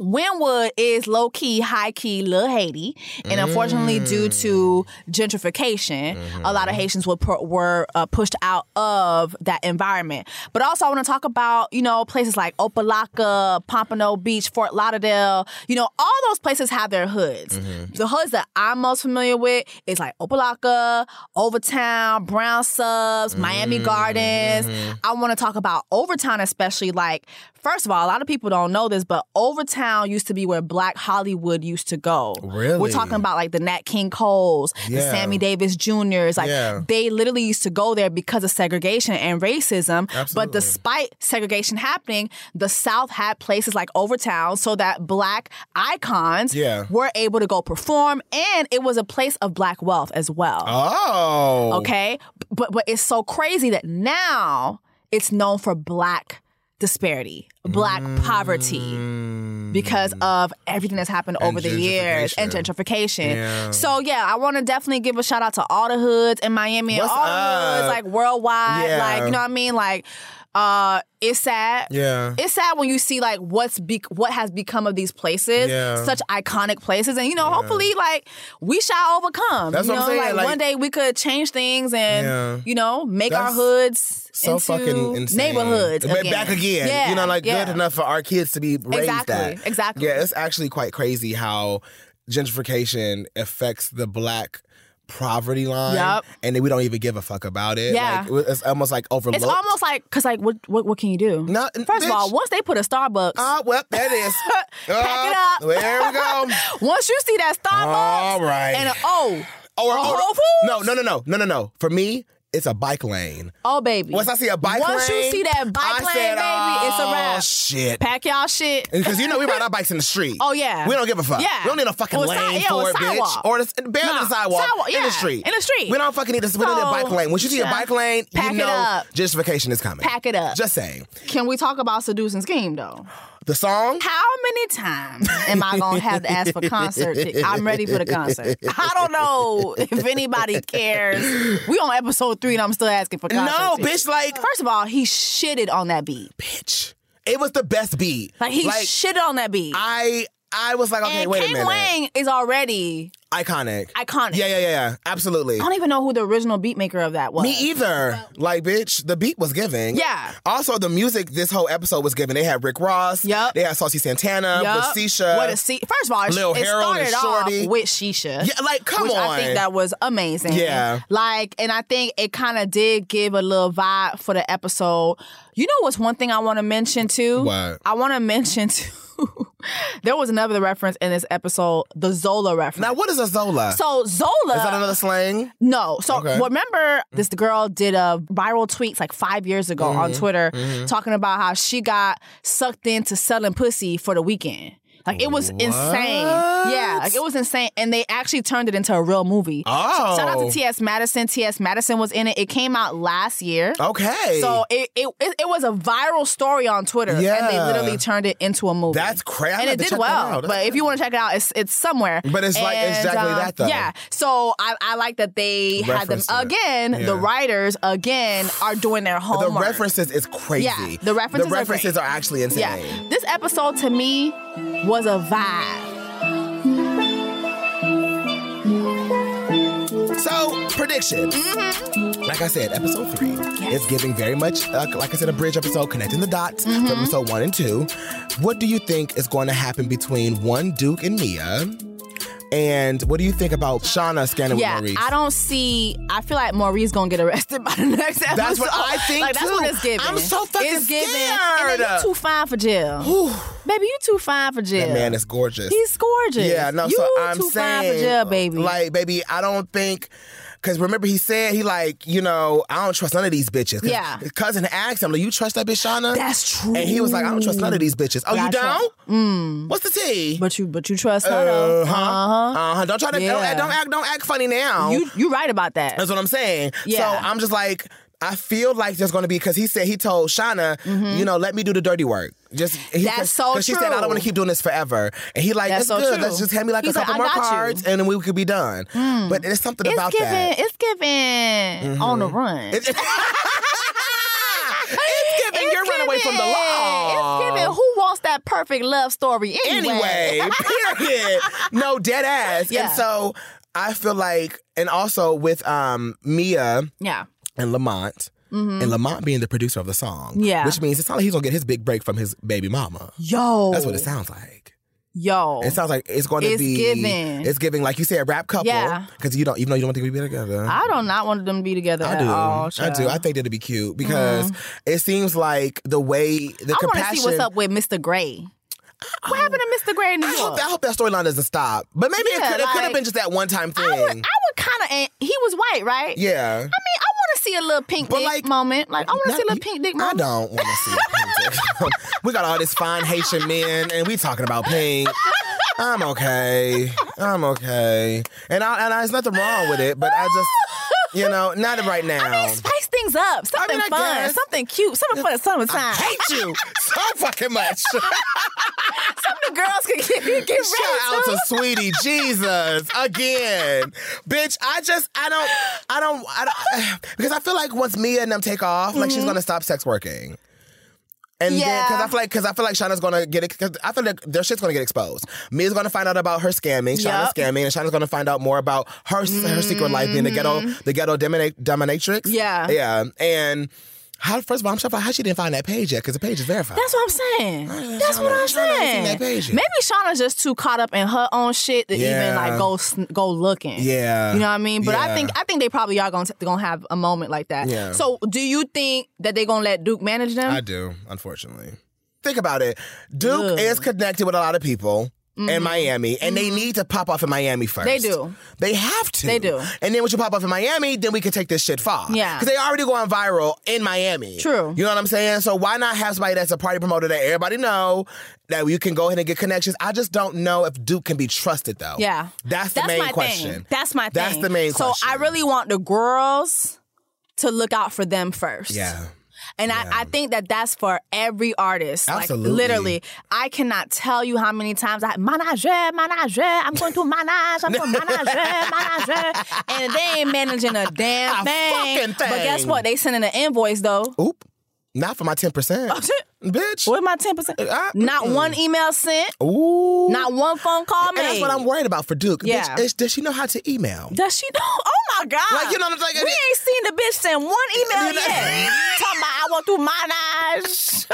A: Wynwood is low key, high key, little Haiti, and unfortunately, due to gentrification, a lot of Haitians were pu- were uh, pushed out of that environment. But also, I want to talk about you know places like Opalaka, Pompano Beach, Fort Lauderdale. You know, all those places have their hoods.
K: Mm-hmm.
A: The hoods that I'm most familiar with is like Opalaka, Overtown, Brown Subs, Miami
K: Mm-hmm.
A: Gardens. I want to talk about Overtown, especially. Like, first of all, a lot of people don't know this, but Overtown used to be where Black Hollywood used to go.
K: Really?
A: We're talking about like the Nat King Coles, the
K: Yeah.
A: Sammy Davis Juniors. Like,
K: Yeah.
A: they literally used to go there because of segregation and racism. But
K: Absolutely.
A: despite segregation happening, the South had places like Overtown so that black icons
B: Yeah.
A: were able to go perform, and it was a place of black wealth as well.
B: Oh.
A: Okay, but but it's so crazy that now it's known for black disparity, black
K: Mm.
A: poverty, because of everything that's happened over the years and gentrification.
K: Yeah.
A: So yeah, I want to definitely give a shout out to all the hoods in Miami and
K: What's
A: all the hoods
K: up?
A: like worldwide.
K: Yeah.
A: Like you know what I mean? Like uh, it's sad.
K: Yeah.
A: it's sad when you see like what's be- what has become of these places,
K: Yeah.
A: such iconic places, and you know, hopefully, like we shall overcome.
B: That's
A: you
B: what
A: know,
B: I'm saying,
A: Like,
B: like-
A: one day we could change things and
B: Yeah.
A: you know make our
B: That's
A: hoods
B: so
A: into
B: fucking insane.
A: neighborhoods
B: But
A: again.
B: back again.
A: Yeah,
B: you know, like
A: yeah.
B: good enough for our kids to be raised
A: Exactly,
B: that.
A: exactly.
B: Yeah, it's actually quite crazy how gentrification affects the black poverty line,
A: Yup.
B: and then we don't even give a fuck about it.
A: Yeah.
B: Like, it's almost like overlooked.
A: It's almost like because like what, what what can you do? First of all, once they put a Starbucks,
B: ah, well, that is Ah,
A: pack it up.
B: there we go.
A: once you see that Starbucks,
B: All right.
A: and a, oh,
B: Oh, or,
A: a
B: or-
A: Whole Foods,
B: No, no, no, no, no, no, no. For me, it's a bike lane.
A: oh baby.
B: Once I see a bike
A: once
B: lane,
A: you see that bike
B: I
A: lane,
B: said,
A: baby, it's a
B: "Oh,
A: wrap.
B: shit.
A: Pack y'all shit.
B: Because you know we ride our bikes in the street.
A: Oh, yeah.
B: we don't give a fuck.
A: Yeah.
B: we don't need a fucking
A: Or a si-
B: lane
A: yeah,
B: for
A: or a
B: it, bitch.
A: sidewalk.
B: Or the, barely
A: Nah,
B: the sidewalk,
A: sidewalk,
B: in the
A: yeah,
B: street.
A: in the street.
B: we don't fucking need this. We don't need a
A: So,
B: bike lane. Once you see a
A: yeah.
B: bike lane,
A: Pack
B: you
A: it
B: know
A: up.
B: justification is coming.
A: Pack it up.
B: Just saying.
A: Can we talk about seducing scheme though?
B: The song.
A: How many times am I gonna have to ask for concert? tickets? I'm ready for the concert. I don't know if anybody cares. We on episode three and I'm still asking for concert.
B: No,
A: tickets.
B: bitch, like-
A: first of all, he shitted on that beat.
B: Bitch, it was the best beat.
A: Like he shitted on that beat.
B: I I was like, okay,
A: and
B: wait
A: King
B: a minute.
A: Wang is already.
B: Iconic.
A: Iconic.
B: Yeah, yeah, yeah, yeah. Absolutely.
A: I don't even know who the original beat maker of that was.
B: Me either. Like, bitch, the beat was giving.
A: Yeah.
B: Also, the music this whole episode was giving. They had Rick Ross. Yep. They had Saucy Santana
A: Yup.
B: with Sisha.
A: What a se- First of all, it-
B: Lil
A: it
B: Harold and
A: started off
B: Shorty.
A: with Shisha.
B: Yeah, like, come
A: which
B: on.
A: I think that was amazing.
B: Yeah.
A: Like, and I think it kind of did give a little vibe for the episode. You know what's one thing I want to mention too?
B: What?
A: I want to mention too. there was another reference in this episode, the Zola reference.
B: Now, what is a Zola?
A: so Zola
B: is that another slang?
A: no. So
B: Okay. Mm-hmm.
A: remember, this girl did a viral tweet like five years ago
B: Mm-hmm.
A: on Twitter talking about how she got sucked into selling pussy for the weekend. Like it was insane. Yeah, like it was insane. And they actually turned it into a real movie.
B: Oh.
A: Shout out to T.S. Madison. T.S. Madison was in it. It came out last year.
B: Okay.
A: So it, it it it was a viral story on Twitter, and
B: Yeah.
A: they literally turned it into a movie.
B: That's crazy.
A: and it did well. But if you want to check it out, it's it's somewhere.
B: But it's like
A: And,
B: exactly
A: um,
B: that, though.
A: Yeah. So I, I like that they
B: Referenced
A: had
B: it.
A: them again. The
B: Yeah.
A: writers again are doing their
B: the
A: homework.
B: references is crazy.
A: Yeah, the references
B: The
A: are
B: references
A: great.
B: are, actually insane.
A: Yeah. This episode to me was a vibe.
B: So, prediction.
A: Mm-hmm.
B: Like I said, episode three is giving very much, uh, like I said, a bridge episode connecting the dots
A: Mm-hmm.
B: from episode one and two. What do you think is going to happen between one Duke and Mia? And what do you think about Shauna scanning
A: yeah.
B: with Maurice?
A: I don't see. I feel like Mauri's gonna get arrested by the next episode.
B: That's what I think
A: Like that's
B: too.
A: what it's giving.
B: I'm so fucking
A: it's giving,
B: scared.
A: And then you too fine for jail. Baby, you too fine for jail.
B: That man is gorgeous.
A: He's gorgeous.
B: Yeah, no,
A: you
B: so I'm
A: too
B: saying,
A: fine for jail, baby.
B: Like, baby, I don't think. Cause remember he said he like you know I don't trust none of these bitches. 'Cause
A: Yeah.
B: His cousin asked him, "Do you trust that bitch, Shauna?"
A: That's true.
B: And he was like, "I don't trust none of these bitches." Oh,
A: But
B: you
A: I trust-
B: don't?
A: Mm.
B: What's the tea?
A: But you, but you trust her.
B: Uh
A: though.
B: huh. Uh huh. Don't try to don't,
A: Uh-huh. Yeah.
B: act- don't act don't act funny now.
A: You, you right about that.
B: That's what I'm saying.
A: Yeah.
B: So I'm just like, I feel like there's going to be because he said he told Shauna, you know, let me do the dirty work. Just he,
A: Mm-hmm. That's
B: cause,
A: so
B: 'cause she said I don't
A: true.
B: want to keep doing this forever, and he like
A: That's
B: it's
A: so
B: good.
A: true.
B: Let's just hand me like
A: He's
B: a
A: like,
B: couple
A: "I
B: more
A: got you." Mm.
B: cards, and then we could be done. But there's something
A: It's
B: about
A: giving.
B: that. Mm-hmm.
A: It's giving on the run.
B: It's- it's giving. You're running away from the
A: giving-
B: law.
A: It's giving. Who wants that perfect love story anyway?
B: anyway. period. No, dead ass.
A: Yeah.
B: And so I feel like, and also with um Mia
A: yeah.
B: and Lamont. And Lamont being the producer of the song,
A: Mm-hmm. Yeah.
B: which means it's not like he's gonna get his big break from his baby mama.
A: Yo.
B: That's what it sounds like.
A: Yo.
B: It sounds like it's going to
A: It's
B: be
A: giving.
B: It's giving, like you said, rap couple.
A: Yeah.
B: Because you don't, even though you don't think we be together.
A: I do not want them to be together
B: I
A: at
B: do.
A: all.
B: I
A: child.
B: do. I think that'd be cute because it seems like the way
A: I
B: the
A: want to
B: compassion.
A: see what's up with Mr. Gray. What happened to Mr. Gray in New
B: I hope,
A: York?
B: I hope that storyline doesn't stop, but maybe
A: Yeah,
B: it could it could have
A: like-
B: been just that one time thing.
A: I would, I would kind of. He was white, right?
B: yeah.
A: I mean, I want to see a little pink
B: But,
A: dick
B: like,
A: moment. Like, I want to
B: Not- e-
A: see a little pink dick
B: I
A: moment.
B: don't want to see pink dick. we got all this fine Haitian men, and we talking about pink. I'm okay. I'm okay, and I, and I, there's nothing wrong with it. But I just, you know, not right now.
A: I mean, spice things up. Something
B: I
A: fun.
B: guess.
A: Something cute. Something for the summertime.
B: hate you so fucking much.
A: Something the girls can get, get
B: Shout out
A: ready
B: to Sweetie Jesus again, bitch. I just I don't I don't I don't because I feel like once Mia and them take off, like she's gonna stop sex working. And then, because
A: Mm-hmm. Yeah.
B: I feel like, because I feel like Shauna's gonna get, ex- cause I feel like their shit's gonna get exposed. Mia's gonna find out about her scamming, Shauna's
A: Yup.
B: scamming, and Shauna's gonna find out more about her her secret life being the ghetto, the ghetto domina- dominatrix.
A: Mm-hmm. Yeah.
B: yeah, and How first of all, I'm shocked how she didn't find that page yet because the page is verified.
A: That's what I'm saying. That's what I'm
B: Shauna ain't seen
A: saying.
B: that page yet.
A: Maybe Shauna's just too caught up in her own shit to
B: Yeah.
A: even like go sn- go looking.
B: Yeah.
A: you know what I mean. But
B: Yeah.
A: I think I think they probably are gonna t- gonna have a moment like that.
B: Yeah.
A: So do you think that they gonna let Duke manage them?
B: I do, unfortunately. Think about it. Duke is connected with a lot of people in
A: Mhm.
B: Miami, and they need to pop off in Miami first.
A: They do.
B: They have to.
A: They do.
B: And then once you pop off in Miami, then we can take this shit far.
A: Yeah.
B: Because they already going viral in Miami.
A: True.
B: You know what I'm saying? So why not have somebody that's a party promoter that everybody know that you can go ahead and get connections? I just don't know if Duke can be trusted though.
A: Yeah.
B: That's the main
A: my
B: question.
A: Thing. That's my thing.
B: That's the main
A: so
B: question.
A: I really want the girls to look out for them first.
B: Yeah.
A: And I, I think that that's for every artist.
B: Absolutely.
A: Like, literally, I cannot tell you how many times I manager, manager, I'm going to manage, I'm going to manager, manager. And they ain't managing a damn
B: A
A: thing.
B: fucking
A: But guess
B: thing.
A: what? They sending an invoice, though.
B: Oop. Not for my 10%. Bitch.
A: What my 10%? Not
B: Uh, mm-mm.
A: one email sent.
B: Ooh.
A: Not one phone call
B: and
A: made.
B: that's what I'm worried about for Duke.
A: Yeah.
B: Bitch, is, does she know how to email?
A: Does she know? Oh my god!
B: Like, you know what I'm saying?
A: We ain't seen the bitch send one email yet. Talking about I want through my eyes.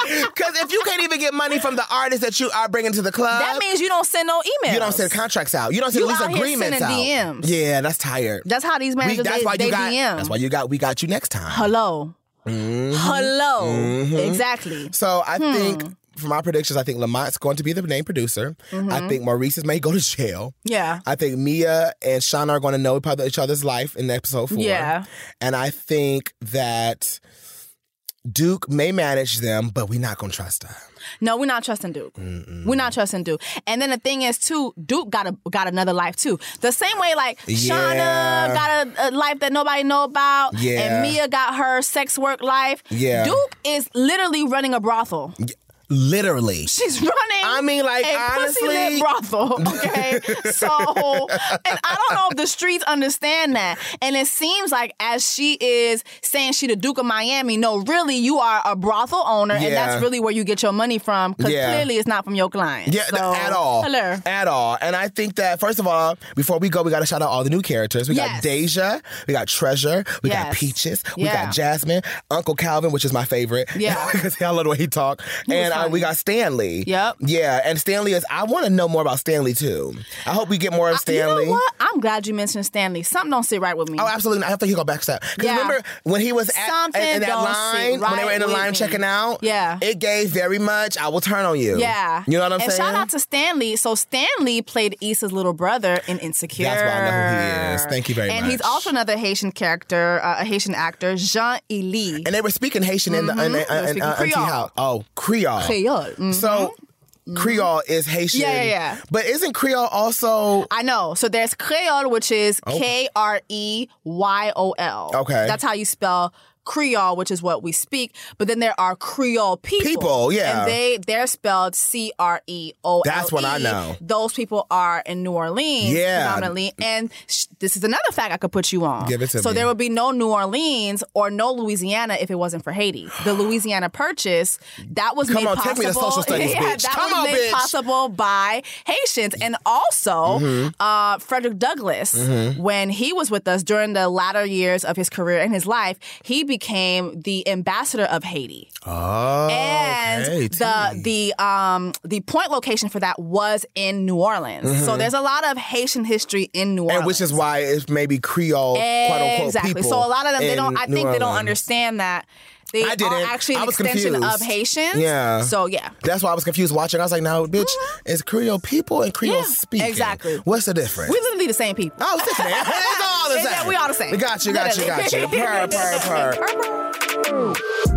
B: Because if you can't even get money from the artist that you are bringing to the club,
A: That means you don't send no emails.
B: you don't send contracts out. You don't send
A: You
B: lease
A: out here
B: agreements
A: sending
B: out.
A: DMs.
B: Yeah, that's tired.
A: That's how these
B: We-
A: managers
B: that's
A: they,
B: why you
A: they
B: got.
A: DM.
B: That's why you got. We got you next time.
A: Hello,
B: Mhm.
A: hello.
B: Mhm.
A: Exactly.
B: So I
A: Hmm.
B: think. For my predictions, I think Lamont's going to be the main producer. I
A: Mhm.
B: think Maurice's may go to jail.
A: Yeah.
B: I think Mia and Shauna are going to know about each other's life in episode four.
A: Yeah.
B: And I think that Duke may manage them, but we're not going to trust her.
A: No, we're not trusting Duke. We're not trusting Duke. And then the thing is, too, Duke got a got another life too. The same way, like
B: Yeah.
A: Shauna got a, a life that nobody know about,
B: Yeah.
A: and Mia got her sex work life.
B: Yeah.
A: Duke is literally running a brothel.
B: Literally.
A: She's running. I
B: mean, like
A: a pussy
B: honestly-
A: lit brothel. Okay, so and I don't know if the streets understand that. And it seems like as she is saying she the Duke of Miami, no, really you are a brothel owner, and
B: Yeah.
A: that's really where you get your money from because
B: Yeah.
A: clearly it's not from your clients.
B: Yeah,
A: So,
B: at all.
A: Hello.
B: At all. And I think that, first of all, before we go, we got to shout out all the new characters. We got
A: Yes.
B: Deja, we got Treasure, we got
A: Yes.
B: Peaches, we
A: Yeah.
B: got Jasmine, Uncle Calvin, which is my favorite.
A: Yeah.
B: Because I love the way he talk.
A: was
B: And uh, we got Stanley.
A: Yep.
B: Yeah. And Stanley is, I want to know more about Stanley too. I hope we get more of Stanley.
A: Uh, You know what? I'm glad you mentioned Stanley. Something don't sit right with me.
B: Oh, absolutely. I have to go back step. Because
A: Yeah.
B: remember when he was at
A: Something
B: in, in that
A: don't
B: line,
A: sit
B: when they were in the
A: right
B: line
A: with me.
B: checking out,
A: Yeah.
B: it gave very much, I will turn on you.
A: Yeah.
B: You know what I'm
A: and
B: saying?
A: shout out to Stanley. So Stanley played Issa's little brother in Insecure.
B: That's why I know who he is. Thank you very
A: and
B: much.
A: he's also another Haitian character, uh, a Haitian actor, Jean Elie.
B: and they were speaking Haitian in the in,
A: Mhm.
B: the-
A: They were
B: in,
A: speaking
B: uh, auntie
A: Creole.
B: house. Oh, Creole.
A: Creole. Mhm.
B: So Creole is Haitian.
A: Yeah, yeah, yeah.
B: But isn't Creole also?
A: I know. So there's Creole, which is
B: Oh.
A: K R E Y O L.
B: Okay.
A: That's how you spell Creole, which is what we speak. But then there are Creole people.
B: People, yeah.
A: And they they're spelled C R E O L.
B: That's what I know.
A: Those people are in New Orleans,
B: Yeah.
A: predominantly. And sh- this is another fact I could put you on.
B: Give it to
A: so
B: me.
A: there would be no New Orleans or no Louisiana if it wasn't for Haiti. The Louisiana Purchase that was
B: Come
A: made
B: on,
A: possible.
B: take me to social studies,
A: yeah,
B: bitch.
A: that
B: Come
A: was
B: on,
A: made
B: bitch.
A: possible by Haitians, and also
B: Mhm.
A: uh, Frederick Douglass,
B: Mhm.
A: when he was with us during the latter years of his career and his life, he became the ambassador of Haiti,
B: Oh,
A: and
B: okay,
A: the
B: tea.
A: the um the point location for that was in New Orleans.
B: Mhm.
A: So there's a lot of Haitian history in New Orleans,
B: and which is why it's maybe Creole, quote unquote,
A: exactly.
B: people
A: So a lot of them, they
B: in
A: don't. I
B: New
A: think they don't
B: Orleans.
A: understand that. They
B: I didn't.
A: are actually
B: I
A: an
B: was
A: extension
B: confused.
A: of Haitians.
B: Yeah.
A: So yeah.
B: That's why I was confused watching. I was like, "No, bitch, it's Creole people and Creole
A: Mm-hmm. Yeah,
B: speaking.
A: exactly.
B: What's the difference?"
A: We literally the same people.
B: Oh, six man. It's all the
A: Yeah,
B: same.
A: we all the same.
B: Got you, got you, got you.
A: Literally.
B: Purr, purr, purr.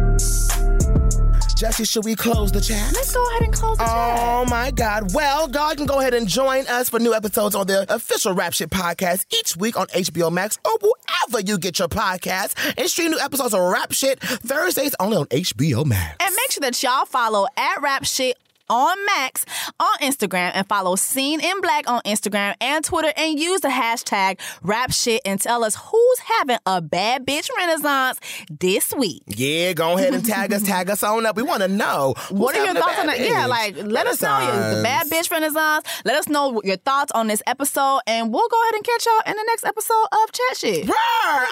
B: Jesse, should we close the chat? Let's
A: go ahead and close
B: the chat. Oh my God. Well, y'all can go ahead and join us for new episodes on the official Rap Shit podcast each week on HBO Max or wherever you get your podcasts and stream new episodes of Rap Shit Thursdays only on HBO Max.
A: And make sure that y'all follow at Rap Shit on Max on Instagram and follow Scene in Black on Instagram and Twitter and use the hashtag rap shit and tell us who's having a bad bitch renaissance this week.
B: Yeah, go ahead and tag us, tag us on up. We want to know. who's
A: What are your
B: having a
A: thoughts
B: bad
A: on that? Yeah,
B: bitch
A: like let us know your the bad
B: renaissance.
A: bitch renaissance. Let us know your thoughts on this episode, and we'll go ahead and catch y'all in the next episode of Chat Shit.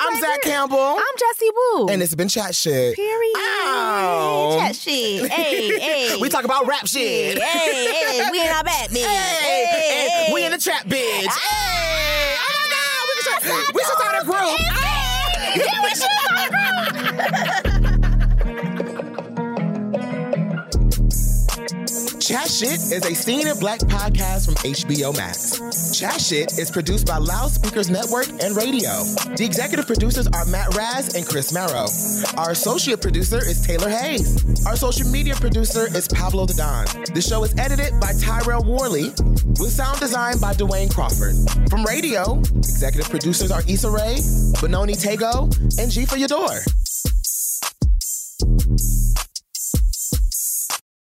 B: I'm Zach Campbell. I'm
A: Jesse Wu.
B: And it's been chat shit.
A: Period.
B: Ow.
A: Chat shit. Hey, hey.
B: we talk about rap shit.
A: Hey, hey, we in our back, bitch.
B: Hey,
A: Hey, Ah.
B: and
A: hey.
B: we in the trap, bitch.
A: Hey! Oh my God!
B: We should start a group.
A: Hey! Yeah, we should start a group.
B: Chat Shit is a Scene in Black podcast from HBO Max. Chat Shit is produced by Loudspeakers Network and Radio. The executive producers are Matt Raz and Chris Marrow. Our associate producer is Taylor Hayes. Our social media producer is Pablo the Don. The show is edited by Tyrell Worley with sound design by Dwayne Crawford. From Radio, executive producers are Issa Rae, Benoni Tego, and G for Your Door.